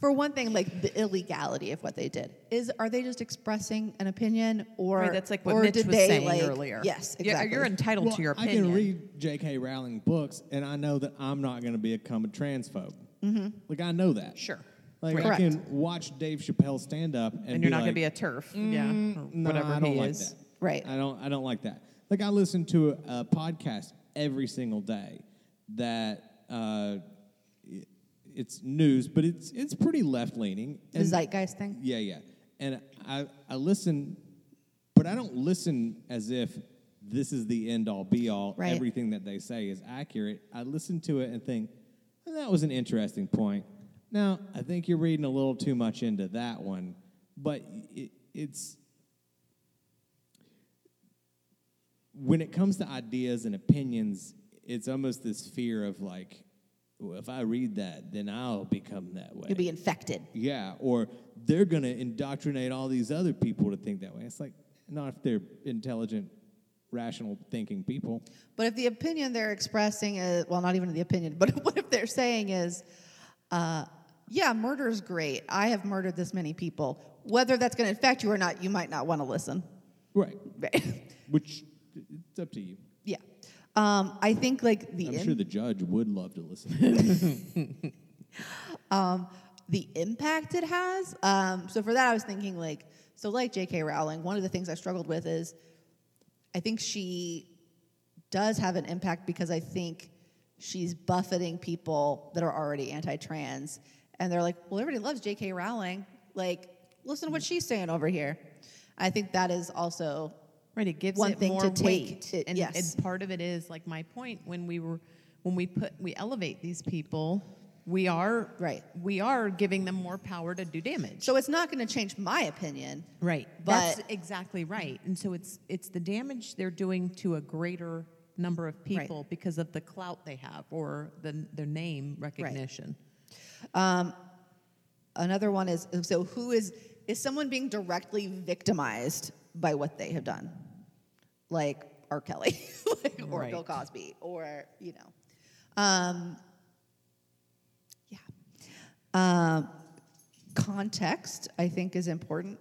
A: for one thing, like the illegality of what they did is, are they just expressing an opinion, or
B: Right, that's like what
A: or
B: Mitch
A: did
B: was
A: they,
B: saying
A: like-
B: earlier.
A: Yes,
B: Yeah,
A: exactly.
B: You're entitled
D: Well,
B: to your
D: I
B: opinion.
D: can read J.K. Rowling books, and I know that I'm not going to become a transphobe. Mm-hmm. Like I know that.
B: Sure.
D: Like I
A: Correct.
D: can watch Dave Chappelle stand up, and,
B: and you're
D: be
B: not
D: like,
B: going to be a turf, yeah, or
D: "Nah,
B: whatever
D: Mm, I don't
B: he
D: like
B: is.
D: that.
A: Right.
D: I don't. I don't like that. Like I listen to a, a podcast every single day that uh, it- it's news, but it's it's pretty left leaning.
A: the zeitgeist thing.
D: Yeah, yeah. And I, I listen, but I don't listen as if this is the end all be all.
A: Right.
D: Everything that they say is accurate. I listen to it and think, "Well, that was an interesting point. Now, I think you're reading a little too much into that one, but it, it's when it comes to ideas and opinions, it's almost this fear of like, well, if I read that, then I'll become that way.
A: You'll be infected.
D: Yeah, or they're going to indoctrinate all these other people to think that way. It's like, Not if they're intelligent, rational thinking people.
A: But if the opinion they're expressing is, well, not even the opinion, but what if they're saying is, uh, yeah, murder's great. I have murdered this many people. Whether that's going to affect you or not, you might not want to listen.
D: Right. Which it's up to you.
A: yeah. Um, I think like the
D: I'm
A: in-
D: sure the judge would love to listen.
A: the impact it has. Um, so for that, I was thinking like, so like J.K. Rowling, one of the things I struggled with is, I think she does have an impact because I think she's buffeting people that are already anti-trans, and they're like, well, everybody loves J.K. Rowling, like listen to what she's saying over here. I think that is also
B: Right, it gives
A: one
B: it
A: thing
B: more
A: to take
B: weight,
A: it-
B: and,
A: yes.
B: and part of it is like my point when we were when we put we elevate these people, we are
A: Right.
B: We are giving them more power to do damage.
A: so it's not going to change my opinion,
B: right,
A: But-
B: that's exactly right. And so it's it's the damage they're doing to a greater number of people because of the clout they have or the their name recognition.
A: Another one is so who is is someone being directly victimized by what they have done, like R. Kelly, like, or Bill
B: Right.
A: Cosby, or you know, um, yeah. Um, context I think is important.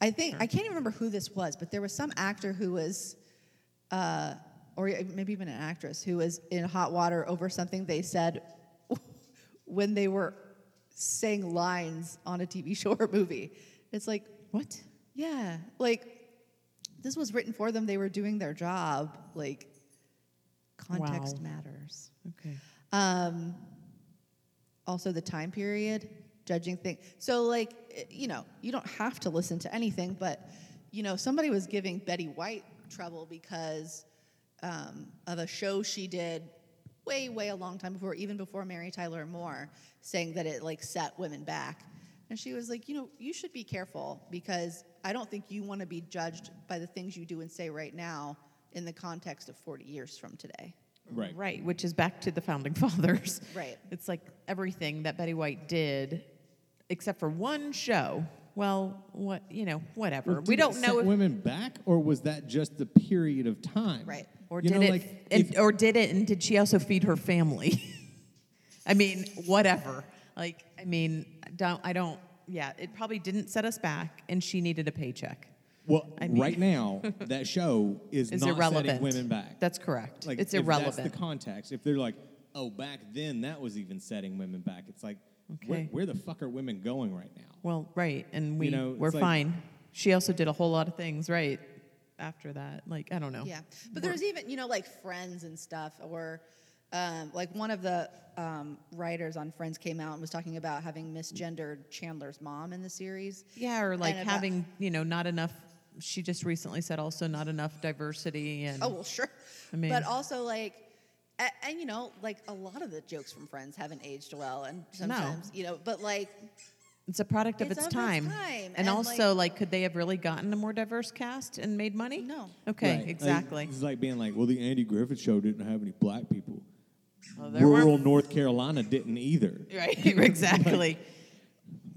A: I think I can't even remember who this was, but there was some actor who was, uh, or maybe even an actress who was in hot water over something they said when they were saying lines on a TV show or movie. It's like,
B: What?
A: yeah, like this was written for them. They were doing their job. Like, context
B: Wow.
A: matters.
B: Okay.
A: Um, also, the time period, judging things. So, like, eh, you know, you don't have to listen to anything, but, you know, somebody was giving Betty White trouble because um, of a show she did way, way a long time before, even before Mary Tyler Moore, saying that it, like, set women back. And she was like, you know, you should be careful because I don't think you want to be judged by the things you do and say right now in the context of 40 years from today.
D: right.
B: Right, which is back to the founding fathers.
A: Right.
B: It's like everything that Betty White did, except for one show. Well, what you know, whatever.
D: Well,
B: we
D: did it
B: don't
D: set
B: know if,
D: women back, or was that just the period of time?
A: Right.
B: or
D: You
B: did
D: know,
B: it,
D: like,
B: and,
D: if-
B: or did it, and did she also feed her family? I mean, whatever. Like, I mean, don't I don't. Yeah, it probably didn't set us back, and she needed a paycheck.
D: well,
B: mean-
D: right now that show is
B: It's
D: not
B: irrelevant.
D: setting women back.
B: That's correct.
D: like
B: it's
D: if
B: irrelevant.
D: That's the context. If they're like, oh, back then that was even setting women back. It's like, where,
B: Okay.
D: where the fuck are women going right now?
B: Well, right, and we
D: know,
B: we're
D: it's like-
B: fine. She also did a whole lot of things right after that. Like I don't know.
A: Yeah, but there's even you know like Friends and stuff, or um, like one of the um, writers on Friends came out and was talking about having misgendered Chandler's mom in the series.
B: yeah, or like
A: And about-
B: having you know not enough. She just recently said also not enough diversity and
A: Oh well, sure.
B: I mean-
A: but also like, and, and you know like a lot of the jokes from Friends haven't aged well, and sometimes you know, but like
B: it's a product of
A: It's
B: its,
A: of its
B: time.
A: time,
B: And,
A: and,
B: also
A: like-
B: like, could they have really gotten a more diverse cast and made money?
A: No.
B: Okay,
D: Right. Like, mm,
B: exactly.
D: it's like being like, well, the Andy Griffith show didn't have any black people.
B: Well, there
D: Rural
B: weren't-
D: North Carolina didn't either.
B: right, exactly.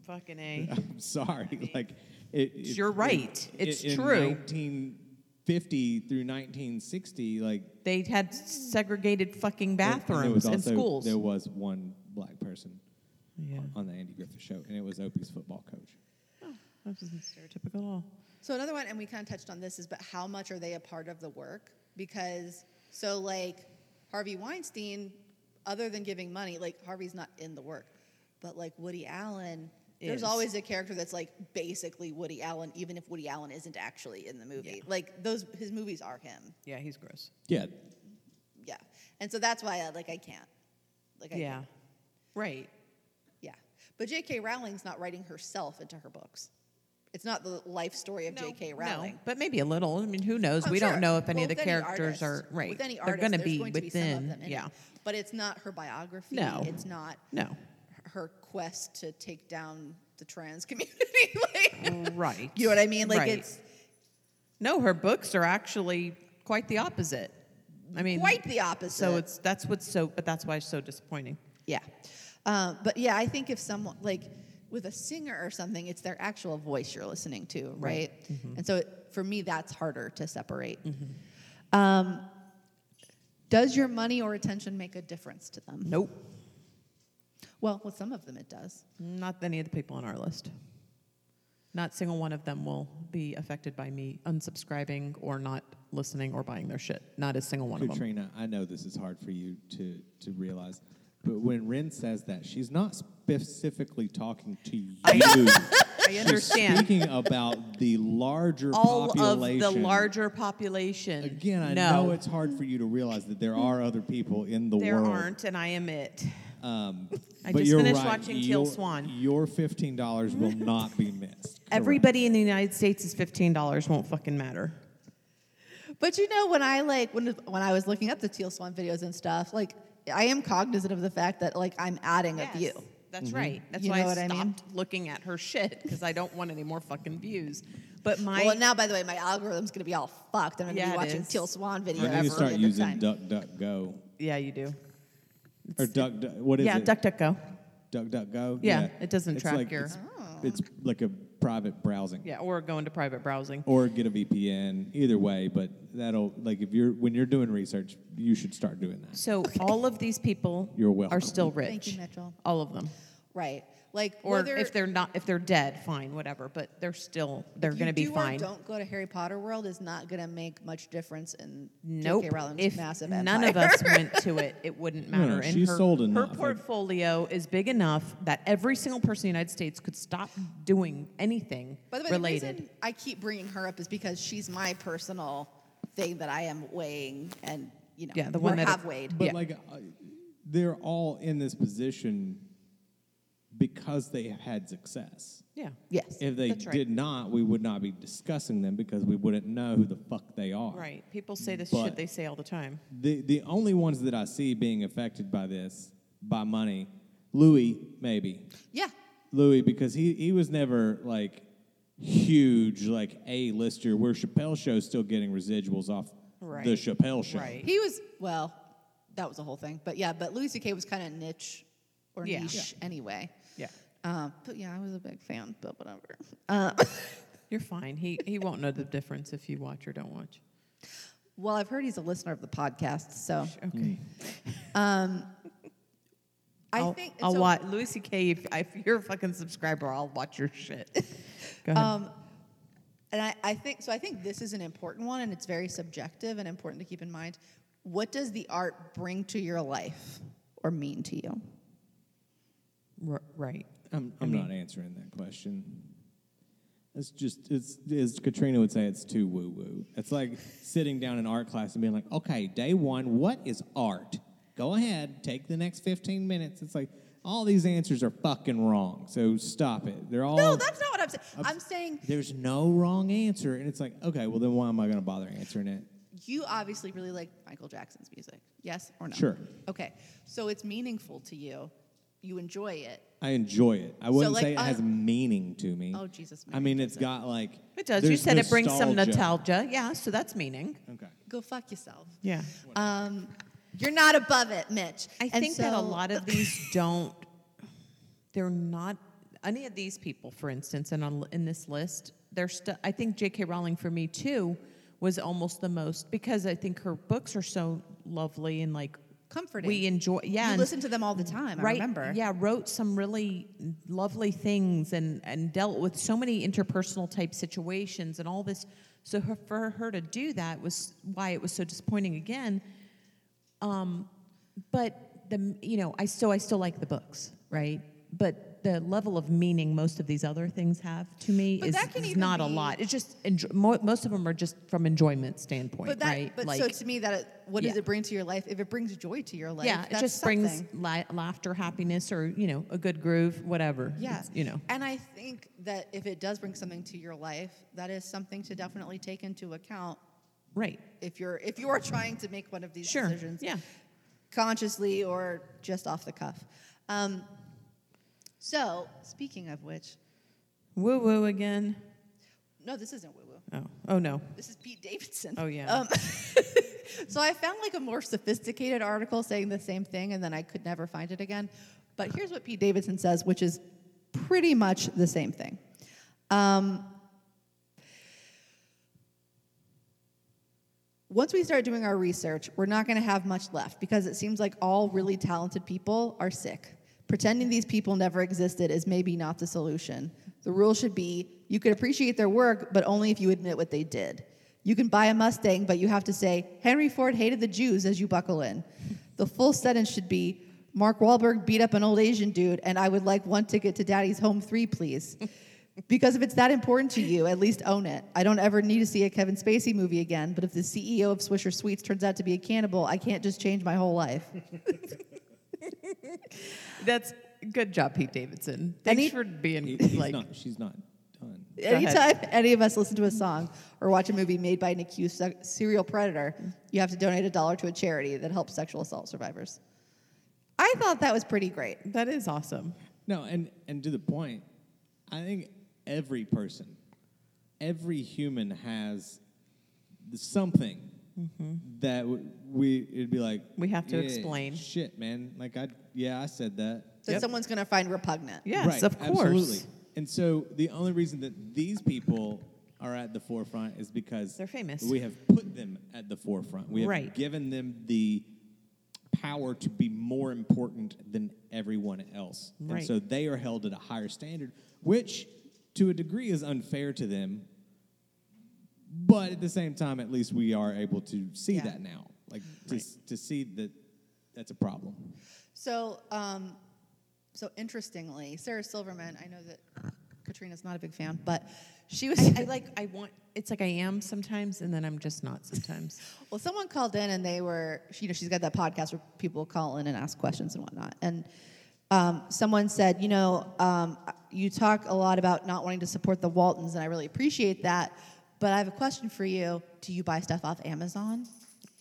B: Fucking a.
D: I'm sorry. Like, it, it-
B: You're
D: it-
B: right.
D: it-
B: It's
D: in
B: true.
D: 1950 through 1960, like
B: They had segregated fucking
D: And- and there
B: bathrooms
D: was
B: in
D: also-
B: schools.
D: There was one black person
B: Yeah.
D: on the Andy Griffith show, and it was Opie's football coach.
B: That wasn't stereotypical at all.
A: So another one, and we kind of touched on this, is but how much are they a part of the work? Because so like Harvey Weinstein, other than giving money, like Harvey's not in the work, but like Woody Allen, there's
B: Is.
A: always a character that's like basically Woody Allen, even if Woody Allen isn't actually in the movie. Like those, his movies are him.
B: Yeah, he's gross.
D: Yeah,
A: Yeah, and so that's why I, like I can't. Like I
B: yeah.
A: can't.
B: Right.
A: yeah. But J.K. Rowling's not writing herself into her books. It's not the life story of J.K. Rowling.
B: No, but maybe a little. I mean, who knows?
A: Oh,
B: we
A: sure.
B: don't know if any
A: Well,
B: of the
A: with any
B: characters
A: artist-
B: are right.
A: With any
B: They're
A: artist,
B: gonna
A: there's
B: be
A: going to be
B: within.
A: some of them. in it.
B: yeah.
A: but it's not her biography.
B: No.
A: it's not
B: No.
A: her quest to take down the trans community. like,
B: Right.
A: you know what I mean? Like
B: Mm. Right.
A: it's
B: No, her books are actually quite the opposite. I mean,
A: quite the opposite.
B: So it's that's what's so, but that's why it's so disappointing.
A: Uh, yeah, um, but yeah, I think if someone like with a singer or something, it's their actual voice you're listening to, right?
B: Mm-hmm.
A: And so it, for me, that's harder to separate.
B: Mm-hmm.
A: Um, does your money or attention make a difference to them?
B: Nope.
A: Well, with some of them it does.
B: Not any of the people on our list. Not single one of them will be affected by me unsubscribing or not listening or buying their shit. Not a single one of them.
D: Katrina, I know this is hard for you to, to realize, but when Ren says that, she's not specifically talking to you.
B: I understand.
D: She's speaking about the larger
B: All
D: population.
B: of the larger population.
D: Again, I
B: no,
D: know it's hard for you to realize that there are other people in the
B: there
D: world.
B: aren't, and I am it.
D: Um,
B: I
D: but
B: just
D: you're
B: finished
D: right.
B: watching Teal
D: your,
B: Swan.
D: Your fifteen dollars will not be missed.
B: Everybody in the United States is fifteen dollars. Won't fucking matter.
A: But you know, when I like when when I was looking up the teal swan videos and stuff, like I am cognizant of the fact that like I'm adding a view.
B: That's
D: Mm-hmm.
B: right. That's
A: You
B: why
A: know
B: I
A: what I
B: stopped
A: mean?
B: looking at her shit because I don't want any more fucking views. But my
A: well, now by the way, my algorithm's gonna be all fucked. I'm gonna
B: Yeah,
A: be
B: it
A: watching
B: is.
A: teal swan videos.
D: I need
A: every
D: to start
A: other
D: using
A: time.
D: DuckDuckGo
B: yeah, you do.
D: or Duck. Duck- What is
B: yeah,
D: it?
B: duck, duck, go.
D: DuckDuckGo.
B: Yeah, it doesn't
D: It's
B: track
D: like-
B: your-
D: It's, it's like a private browsing.
B: Yeah, or go into private browsing.
D: Or get a VPN. Either way, but that'll like if you're when you're doing research, you should start doing that.
B: So all of these people
D: You're
B: are
D: welcome.
B: still rich.
A: Thank you, Mitchell.
B: All of them.
A: Right. Like
B: Or
A: whether
B: if they're not, if they're dead, fine, whatever. But they're still, they're
A: you
B: going to be
A: do or
B: fine.
A: don't go to Harry Potter World is not gonna make much difference in
B: Nope.
A: J.K. Rowling's
B: if
A: massive
B: none
A: empire.
B: of us went to it, it wouldn't matter.
D: no,
B: and
D: Hmm, she
B: her,
D: sold
B: her
D: enough. Like-
B: portfolio is big enough that every single person in the United States could stop doing anything
A: By the way,
B: related.
A: the reason I keep bringing her up is because she's my personal thing that I am weighing and you know
B: Yeah, the one
A: or
B: that-
A: have weighed.
D: But
B: Yeah.
D: like, uh, they're all in this position because they have had success.
B: yeah.
A: yes.
D: If they
B: That's right.
D: did not, we would not be discussing them because we wouldn't know who the fuck they are.
B: Right. People say this
D: But-
B: shit they say all the time.
D: The the only ones that I see being affected by this by money, Louis maybe
A: yeah.
D: Louis because he he was never like huge like a lister. Where Chappelle show's still getting residuals off
B: Right.
D: the Chappelle show.
B: Right.
A: He was well, that was a whole thing. But yeah, but Louis C.K. was kind of niche or
B: Yeah.
A: niche anyway.
B: Yeah.
A: Um, but yeah, I was a big fan, but whatever.
B: You're fine. He he won't know the difference if you watch or don't watch.
A: Well, I've heard he's a listener of the podcast, so Mm.
B: Okay.
A: Um, I
B: I'll,
A: think
B: I'll
A: so-
B: watch Louis C.K. If, if you're a fucking subscriber, I'll watch your shit. Go ahead.
A: Um, And I, I think so. I think this is an important one, and it's very subjective and important to keep in mind. What does the art bring to your life or mean to you?
B: R- right.
D: I'm, I'm not answering that question. It's just, it's, as Katrina would say, it's too woo woo. It's like sitting down in art class and being like, okay, day one, what is art? Go ahead, take the next 15 minutes. It's like, all these answers are fucking wrong, so stop it. They're all.
A: No, that's not what I'm saying. I'm saying
D: There's no wrong answer. And it's like, okay, well, then why am I going to bother answering it?
A: you obviously really like Michael Jackson's music. Yes or no?
D: Sure.
A: Okay. So it's meaningful to you. You enjoy it.
D: I enjoy it. I wouldn't
A: like,
D: say it
B: uh,
A: I-
D: has meaning to me.
A: Oh, Jesus,
D: I
A: Mary,
D: mean, it's got like.
B: It does. you
D: there's
B: said it brings some
D: nostalgia.
B: nostalgia. Yeah, so that's meaning.
D: Okay.
A: Go fuck yourself.
B: Yeah.
A: Um, you're not above it, Mitch.
B: I
A: And
B: think that a
A: so-
B: lot of these don't, they're not, any of these people, for instance, and on, in this list, they're stu- I think J.K. Rowling for me too was almost the most, because I think her books are so lovely and like,
A: comforting.
B: we enjoy, yeah.
A: You
B: and-
A: listen to them all the time. I
B: right,
A: remember.
B: Yeah, wrote some really lovely things and and dealt with so many interpersonal type situations and all this. So her, for her to do that was why it was so disappointing again. Um, but the you know I so I still like the books, right? But the level of meaning most of these other things have to me
A: But
B: is,
A: that can
B: is
A: even
B: not a
A: be-
B: lot. It's just enjoy, mo- most of them are just from enjoyment standpoint,
A: But that,
B: right?
A: but
B: like,
A: so to me, that it, what does
B: Yeah.
A: it bring to your life? If it brings joy to your life,
B: yeah, it
A: that's
B: just brings
A: something.
B: la- laughter, happiness, or you know, a good groove, whatever.
A: Yeah,
B: It's, you know.
A: And I think that if it does bring something to your life, that is something to definitely take into account
B: Right.
A: if you're if you are trying to make one of these
B: Sure.
A: decisions,
B: Yeah.
A: consciously or just off the cuff. Um, so speaking of which,
B: Woo woo again.
A: no, this isn't woo woo.
B: Oh. Oh no.
A: This is Pete Davidson.
B: Oh, yeah.
A: Um, so I found like a more sophisticated article saying the same thing, and then I could never find it again. But here's what Pete Davidson says, which is pretty much the same thing. Um, once we start doing our research, we're not going to have much left because it seems like all really talented people are sick. Pretending these people never existed is maybe not the solution. The rule should be you can appreciate their work, but only if you admit what they did. You can buy a Mustang, but you have to say, Henry Ford hated the Jews as you buckle in. The full sentence should be, Mark Wahlberg beat up an old Asian dude, and I would like one ticket to daddy's home three, please. Because if it's that important to you, at least own it. I don't ever need to see a Kevin Spacey movie again, but if the CEO of Swisher Sweets turns out to be a cannibal, I can't just change my whole life.
B: That's good job, Pete Davidson. Thanks
A: he-
B: for being
D: He- he's
B: like.
D: not, she's not done.
B: ahead.
A: Anytime any of us listen to a song or watch a movie made by an accused se- serial predator, you have to donate a dollar to a charity that helps sexual assault survivors. I thought that was pretty great.
B: That is awesome.
D: No, and and to the point, I think every person, every human has something that w- we it'd be like
B: Mm-hmm. We have to
D: "Yeah,
B: explain."
D: Shit, man. Like I yeah, I said that.
A: That
B: Yep.
A: someone's going to find repugnant.
B: Yes,
D: right,
B: of course.
D: Absolutely. And so the only reason that these people are at the forefront is because
B: They're famous.
D: We have put them at the forefront. We have
B: Right.
D: given them the power to be more important than everyone else.
B: Right.
D: And so they are held at a higher standard, which to a degree is unfair to them. But at the same time, at least we are able to see
A: Yeah.
D: that now. Like to, s- to see that that's a problem.
A: So, um, so interestingly, Sarah Silverman. I know that Katrina's not a big fan, but she was.
B: I like. I want. It's like I am sometimes, and then I'm just not sometimes.
A: well, someone called in and they were. She, you know, she's got that podcast where people call in and ask questions and whatnot. And um, someone said, you know, um, you talk a lot about not wanting to support the Waltons, and I really appreciate that. But I have a question for you. Do you buy stuff off Amazon?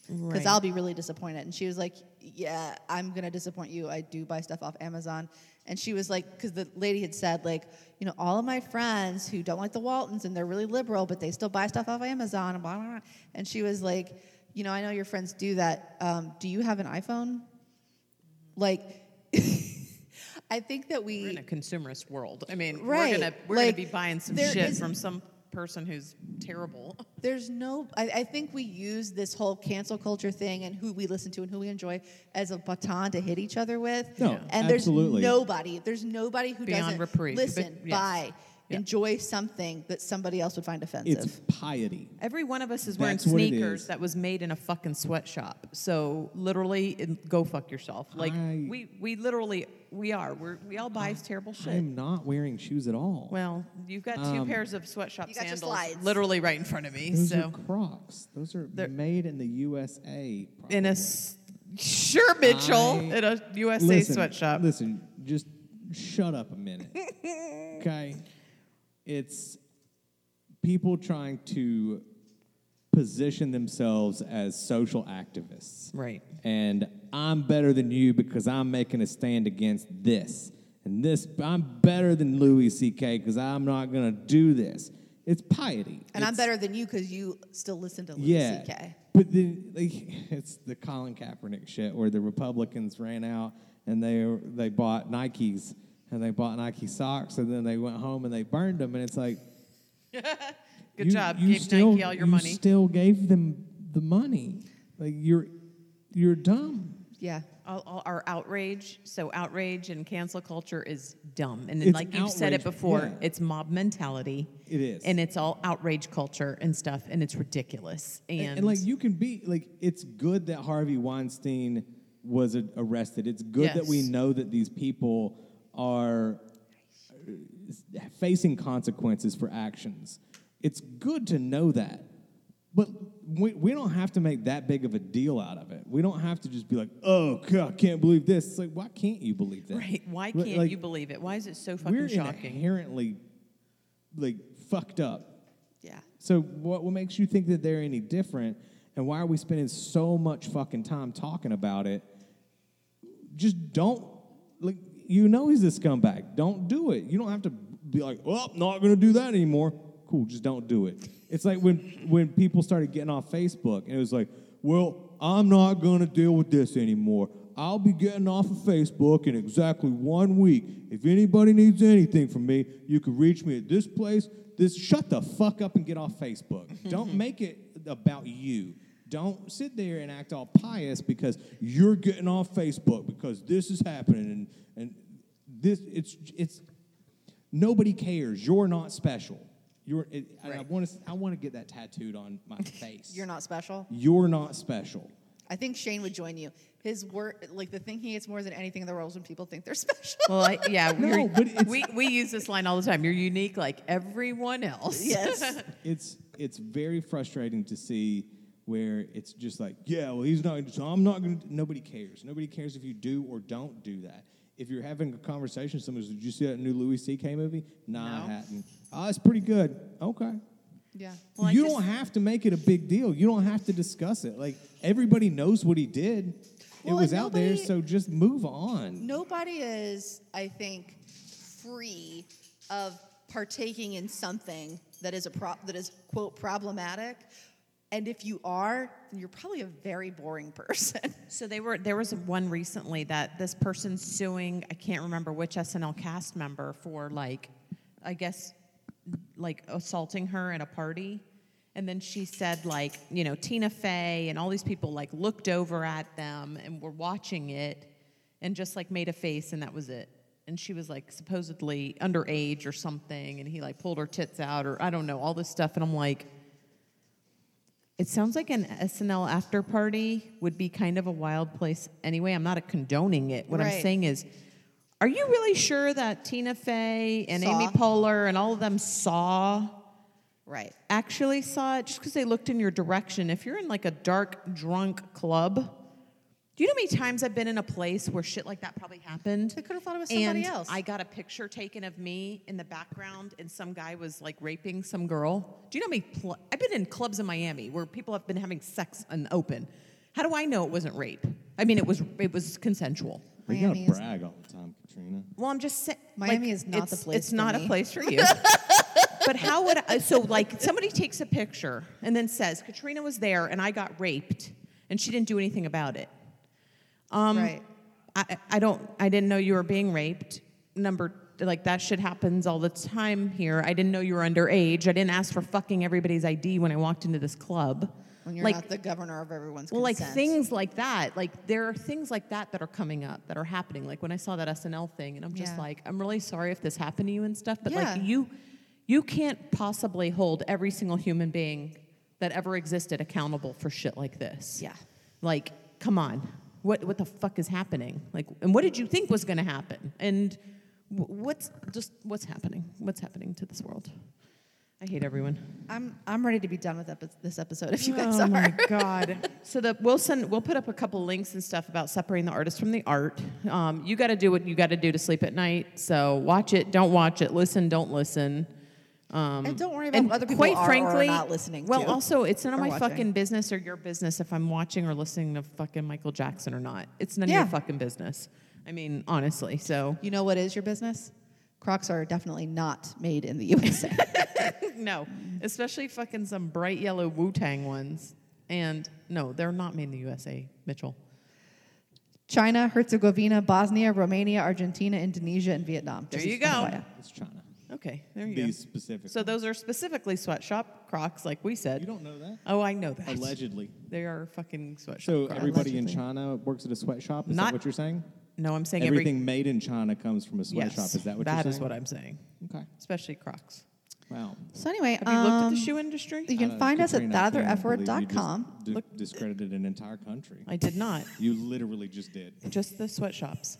A: because
B: Right.
A: I'll be really disappointed. And she was like, Yeah, I'm gonna disappoint you. I do buy stuff off Amazon. And she was like, because the lady had said, like, you know, all of my friends who don't like the Waltons and they're really liberal, but they still buy stuff off Amazon and blah, blah, blah. And she was like, you know, I know your friends do that. Um, do you have an iPhone? Like, I think that we.
B: We're in a consumerist world. I mean,
A: Right,
B: we're gonna we're
A: like,
B: gonna be buying some
A: there
B: shit
A: is-
B: from some person who's terrible.
A: There's no, I, I think we use this whole cancel culture thing and who we listen to and who we enjoy as a baton to hit each other with.
D: No,
A: and there's
D: absolutely.
A: nobody, there's nobody who
B: Beyond
A: doesn't
B: reprieve, but-
A: listen,
B: yes.
A: buy,
B: Yeah.
A: enjoy something that somebody else would find offensive.
D: It's piety.
B: Every one of us is wearing
D: That's what it
B: sneakers
D: is.
B: that was made in a fucking sweatshop. So literally, it- go fuck yourself. Like
D: I-
B: we we literally we are. We're, we all buy terrible shit.
D: I'm not wearing shoes at all.
B: well, you've got two pairs of sweatshop
A: You got your
B: sandals
A: slides.
B: literally right in front of me.
D: Those are
B: so
D: Crocs. Those are
B: They're-
D: made in the USA. Probably.
B: in a s- sure Mitchell
D: I-
B: in a USA
D: listen,
B: sweatshop.
D: Listen, just shut up a minute, okay? It's people trying to position themselves as social activists,
B: Right.
D: And I'm better than you because I'm making a stand against this. And this, I'm better than Louis C.K. because I'm not going to do this. It's piety.
A: and I'm
D: It's-
A: better than you because you still listen to Louis
D: yeah.
A: CK.
D: But then like, it's the Colin Kaepernick shit where the Republicans ran out and they they bought Nikes and they bought Nike socks and then they went home and they burned them and it's like
B: Good
D: you-
B: job.
D: you
B: Gave
D: still,
B: Nike all your
D: you
B: money.
D: Still gave them the money. Like you're you're dumb.
A: Yeah.
B: all, all our outrage. So outrage and cancel culture is dumb. And
D: It's
B: like you've said it
D: outrage,
B: before,
D: yeah.
B: it's mob mentality.
D: It is.
B: And it's all outrage culture and stuff, and it's ridiculous. And,
D: And, and, like you can be like it's good that Harvey Weinstein was a- arrested. It's good that we
B: Yes.
D: know that these people are uh, facing consequences for actions. It's good to know that. But we, we don't have to make that big of a deal out of it. We don't have to just be like, oh, God, I can't believe this. It's like, why can't you believe that?
B: right? Why
D: Li-
B: can't
D: like,
B: you believe it? Why is it so fucking
D: We're
B: shocking?
D: inherently, like, fucked up.
A: Yeah.
D: So what what makes you think that they're any different? And why are we spending so much fucking time talking about it? Just don't like you know he's a scumbag. Don't do it. You don't have to be like, "Oh, not going to do that anymore." Cool, just don't do it. It's like when when people started getting off Facebook and it was like, "Well, I'm not going to deal with this anymore. I'll be getting off of Facebook in exactly one week. If anybody needs anything from me, you can reach me at this place. This shut the fuck up and get off Facebook. Don't make it about you. Don't sit there and act all pious because you're getting off Facebook because this is happening and, and this it's it's nobody cares. You're not special. You're it, and I want to I want to get that tattooed on my face.
A: You're not special.
D: You're not special.
A: I think Shane would join you. His work, like the thing he hates more than anything in the world, is when people think they're special.
B: Well, I, yeah,
D: No,
B: we're-
D: but it's-
B: we we use this line all the time. You're unique like everyone else.
A: yes.
D: It's it's very frustrating to see where it's just like, yeah, well, he's not. So I'm not going to. Nobody cares. Nobody cares if you do or don't do that. If you're having a conversation, with someone says, "Did you see that new Louis C.K. movie?" Nah,
B: No.
D: I hadn't. Oh, it's pretty good. Okay.
A: Yeah.
B: Well, I
D: you
B: just-
D: don't have to make it a big deal. You don't have to discuss it. Like everybody knows what he did.
A: Well,
D: it was
A: and
D: out there,
A: nobody-
D: so just move on.
A: Nobody is, I think, free of partaking in something that is a pro- that is quote problematic. And if you are, then you're probably a very boring person.
B: So they were there was one recently that this person suing I can't remember which SNL cast member for like I guess like assaulting her at a party and then she said like you know Tina Fey and all these people like looked over at them and were watching it and just like made a face and that was it and she was like supposedly underage or something and he like pulled her tits out or I don't know all this stuff and I'm like it sounds like an SNL after party would be kind of a wild place anyway. I'm not condoning it. What I'm
A: Right.
B: saying is, are you really sure that Tina Fey and
A: Saw.
B: Amy Poehler and all of them saw,
A: Right.
B: actually saw it just because they looked in your direction? If you're in like a dark, drunk club, do you know how many times I've been in a place where shit like that probably happened?
A: They could have thought it was
B: And
A: somebody else.
B: I got a picture taken of me in the background, and some guy was like raping some girl. Do you know me? Pl- I've been in clubs in Miami where people have been having sex in open. How do I know it wasn't rape? I mean, it was it was consensual.
D: We gotta
A: Miami is-
D: brag all the time, Katrina.
B: Well, I'm just saying
A: Miami is not the place
B: It's
A: for
B: not a
A: me.
B: place for you. but how would I, so like somebody takes a picture and then says Katrina was there and I got raped and she didn't do anything about it. Um,
A: right.
B: I, I don't I didn't know you were being raped. Number like that shit happens all the time here. I didn't know you were underage. I didn't ask for fucking everybody's ID when I walked into this club.
A: When you're
B: like
A: not the governor of everyone's
B: well, like
A: consent.
B: things like that. Like there are things like that that are coming up that are happening. Like when I saw that SNL thing, and I'm just
A: Yeah.
B: like, I'm really sorry if this happened to you and stuff. But like
A: Yeah.
B: you, you can't possibly hold every single human being that ever existed accountable for shit like this.
A: Yeah.
B: Like, come on, what what the fuck is happening? Like, and what did you think was going to happen? And wh- what's just what's happening? What's happening to this world? I hate everyone.
A: I'm I'm ready to be done with epi- this episode. If you guys
B: Oh
A: are,
B: my god! So the we'll send we'll put up a couple links and stuff about separating the artist from the art. Um, you got to do what you got to do to sleep at night. So watch it, don't watch it, listen, don't listen. Um,
A: And don't worry about what other people
B: quite
A: are or are
B: frankly,
A: not listening
B: Well,
A: to
B: also it's none of
A: or
B: my
A: watching.
B: fucking business or your business if I'm watching or listening to fucking Michael Jackson or not. It's none
A: Yeah.
B: of your fucking business. I mean, honestly. So
A: you know what is your business? Crocs are definitely not made in the USA.
B: no, especially fucking some bright yellow Wu Tang ones. And no, they're not made in the USA, Mitchell.
A: China, Herzegovina, Bosnia, Romania, Argentina, Indonesia, and Vietnam. Just
B: you
A: as
B: go.
A: FYI.
D: It's China.
B: Okay, there you
D: These
B: go.
D: specific.
B: So those are specifically sweatshop Crocs, like we said.
D: you don't know that
B: oh, I know that.
D: allegedly.
B: They are fucking sweatshop.
D: So
B: Crocs.
D: everybody in
A: Allegedly.
D: China works at a sweatshop. Is
B: Not-
D: that what you're saying?
B: No, I'm saying every-
D: Everything made in China comes from a
B: Yes,
D: sweatshop. Is that what
B: that
D: you're
B: is
D: saying?
B: what I'm saying.
D: Okay.
B: Especially Crocs.
D: Wow.
A: So anyway,
B: Have you looked at
A: um,
B: the shoe industry?
A: You can
D: Uh,
A: find us at
D: Katrina, I cannot believe you just
A: thatotherfword.com.
D: di- discredited an entire country.
B: I did not.
D: You literally just did,
B: Just the sweatshops.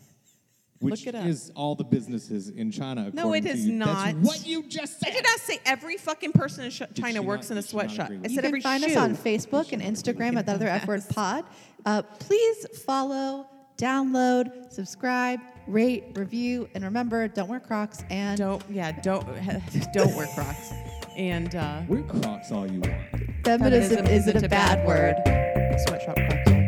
D: which
B: it up.
D: is all the businesses in China.
B: No, it
D: according to
B: is
D: you.
B: not.
D: That's what you just
B: I
D: said.
B: did not say every fucking person in sh- China
D: she
B: works
D: not-
B: in a
D: did she not
B: sweatshop.
D: agree with
B: I
D: you?
A: You
B: said
A: can
B: every
A: find
B: shoe.
A: us on Facebook and Instagram at the other F word pod. Uh, please follow, download, subscribe, rate, review, and remember, don't wear Crocs and
B: Don't yeah. Don't don't wear Crocs. And uh,
D: We're Crocs all you want.
A: feminism, isn't a bad word.
B: Sweatshop Crocs.